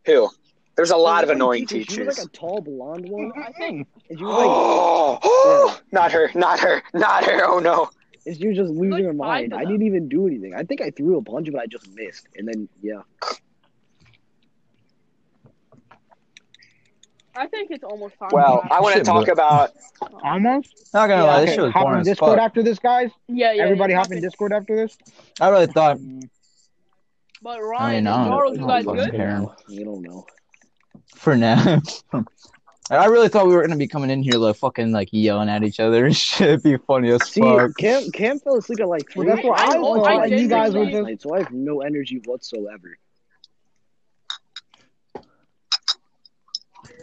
Speaker 5: Who? There's a lot of
Speaker 4: There was one
Speaker 5: annoying
Speaker 4: teacher, She was
Speaker 5: teachers.
Speaker 4: like a tall blonde one,
Speaker 2: I think
Speaker 4: and she was like,
Speaker 5: Oh, not her, not her, not her. Oh no.
Speaker 4: and she was just
Speaker 2: like
Speaker 4: losing her
Speaker 2: five
Speaker 4: mind.
Speaker 2: of
Speaker 4: I
Speaker 2: them.
Speaker 4: didn't even do anything. I think I threw a punch, but I just missed. And then yeah,
Speaker 2: I think it's almost time.
Speaker 5: Well,
Speaker 2: for that.
Speaker 5: I want to
Speaker 3: Shit,
Speaker 5: talk
Speaker 3: but-
Speaker 5: about.
Speaker 1: almost
Speaker 3: Not gonna
Speaker 2: Yeah,
Speaker 3: lie, this
Speaker 1: okay
Speaker 3: shit was
Speaker 1: hop
Speaker 3: boring
Speaker 1: on
Speaker 3: as
Speaker 1: Discord
Speaker 3: fuck.
Speaker 1: after this guys
Speaker 2: yeah, yeah.
Speaker 1: everybody
Speaker 2: yeah,
Speaker 1: hop in
Speaker 2: nothing.
Speaker 1: Discord after this
Speaker 3: I really thought.
Speaker 2: But
Speaker 3: I
Speaker 2: Ryan
Speaker 3: mean, I
Speaker 2: and
Speaker 3: don't,
Speaker 2: Charles,
Speaker 3: I
Speaker 2: you
Speaker 3: don't
Speaker 2: guys
Speaker 3: fucking
Speaker 2: good?
Speaker 3: care
Speaker 4: No, we don't know.
Speaker 3: for now. I really thought we were gonna be coming in here like fucking like yelling at each other and shit. It'd be funny as
Speaker 4: See,
Speaker 3: fuck.
Speaker 4: Cam, Cam fell asleep at like
Speaker 1: Well,
Speaker 4: three.
Speaker 1: that's what
Speaker 2: I
Speaker 1: I,
Speaker 2: hope-
Speaker 1: thought.
Speaker 2: I
Speaker 1: and you guys were
Speaker 2: genuinely-
Speaker 1: just
Speaker 4: last night, so I have no energy whatsoever.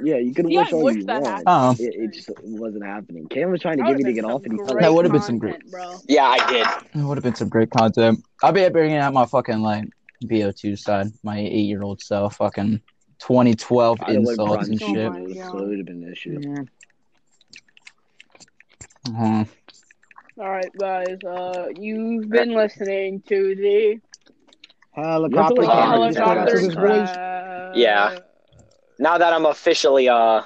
Speaker 4: Yeah, you can
Speaker 2: See,
Speaker 4: wish
Speaker 2: I
Speaker 4: all
Speaker 2: wish
Speaker 4: you
Speaker 2: that
Speaker 4: want.
Speaker 2: happened.
Speaker 3: Um,
Speaker 4: It, it just wasn't happening. Cam was trying to
Speaker 2: That
Speaker 4: get me to
Speaker 2: would've
Speaker 4: get
Speaker 2: been
Speaker 4: off, and he
Speaker 2: some
Speaker 4: fell
Speaker 2: great
Speaker 3: That
Speaker 4: asleep.
Speaker 3: would've been some
Speaker 2: content, bro.
Speaker 5: Yeah, I did.
Speaker 3: it would have been some great content. I'll be bringing out my fucking like BO2 side, my eight year old self, fucking 2012
Speaker 4: I'd have let
Speaker 3: insults
Speaker 4: Bron
Speaker 3: and
Speaker 2: Oh
Speaker 4: cheat
Speaker 3: shit.
Speaker 2: my
Speaker 4: mode, so
Speaker 2: God.
Speaker 4: it would have been an issue.
Speaker 1: Yeah.
Speaker 3: hmm
Speaker 2: All right, guys. Uh, you've been listening to the
Speaker 1: Helicopter
Speaker 4: Helicopter
Speaker 1: cam.
Speaker 5: Helicopter
Speaker 1: Discord after
Speaker 2: helicopter
Speaker 1: this,
Speaker 5: crash.
Speaker 1: boys.
Speaker 2: crash.
Speaker 5: Yeah. Now that I'm officially uh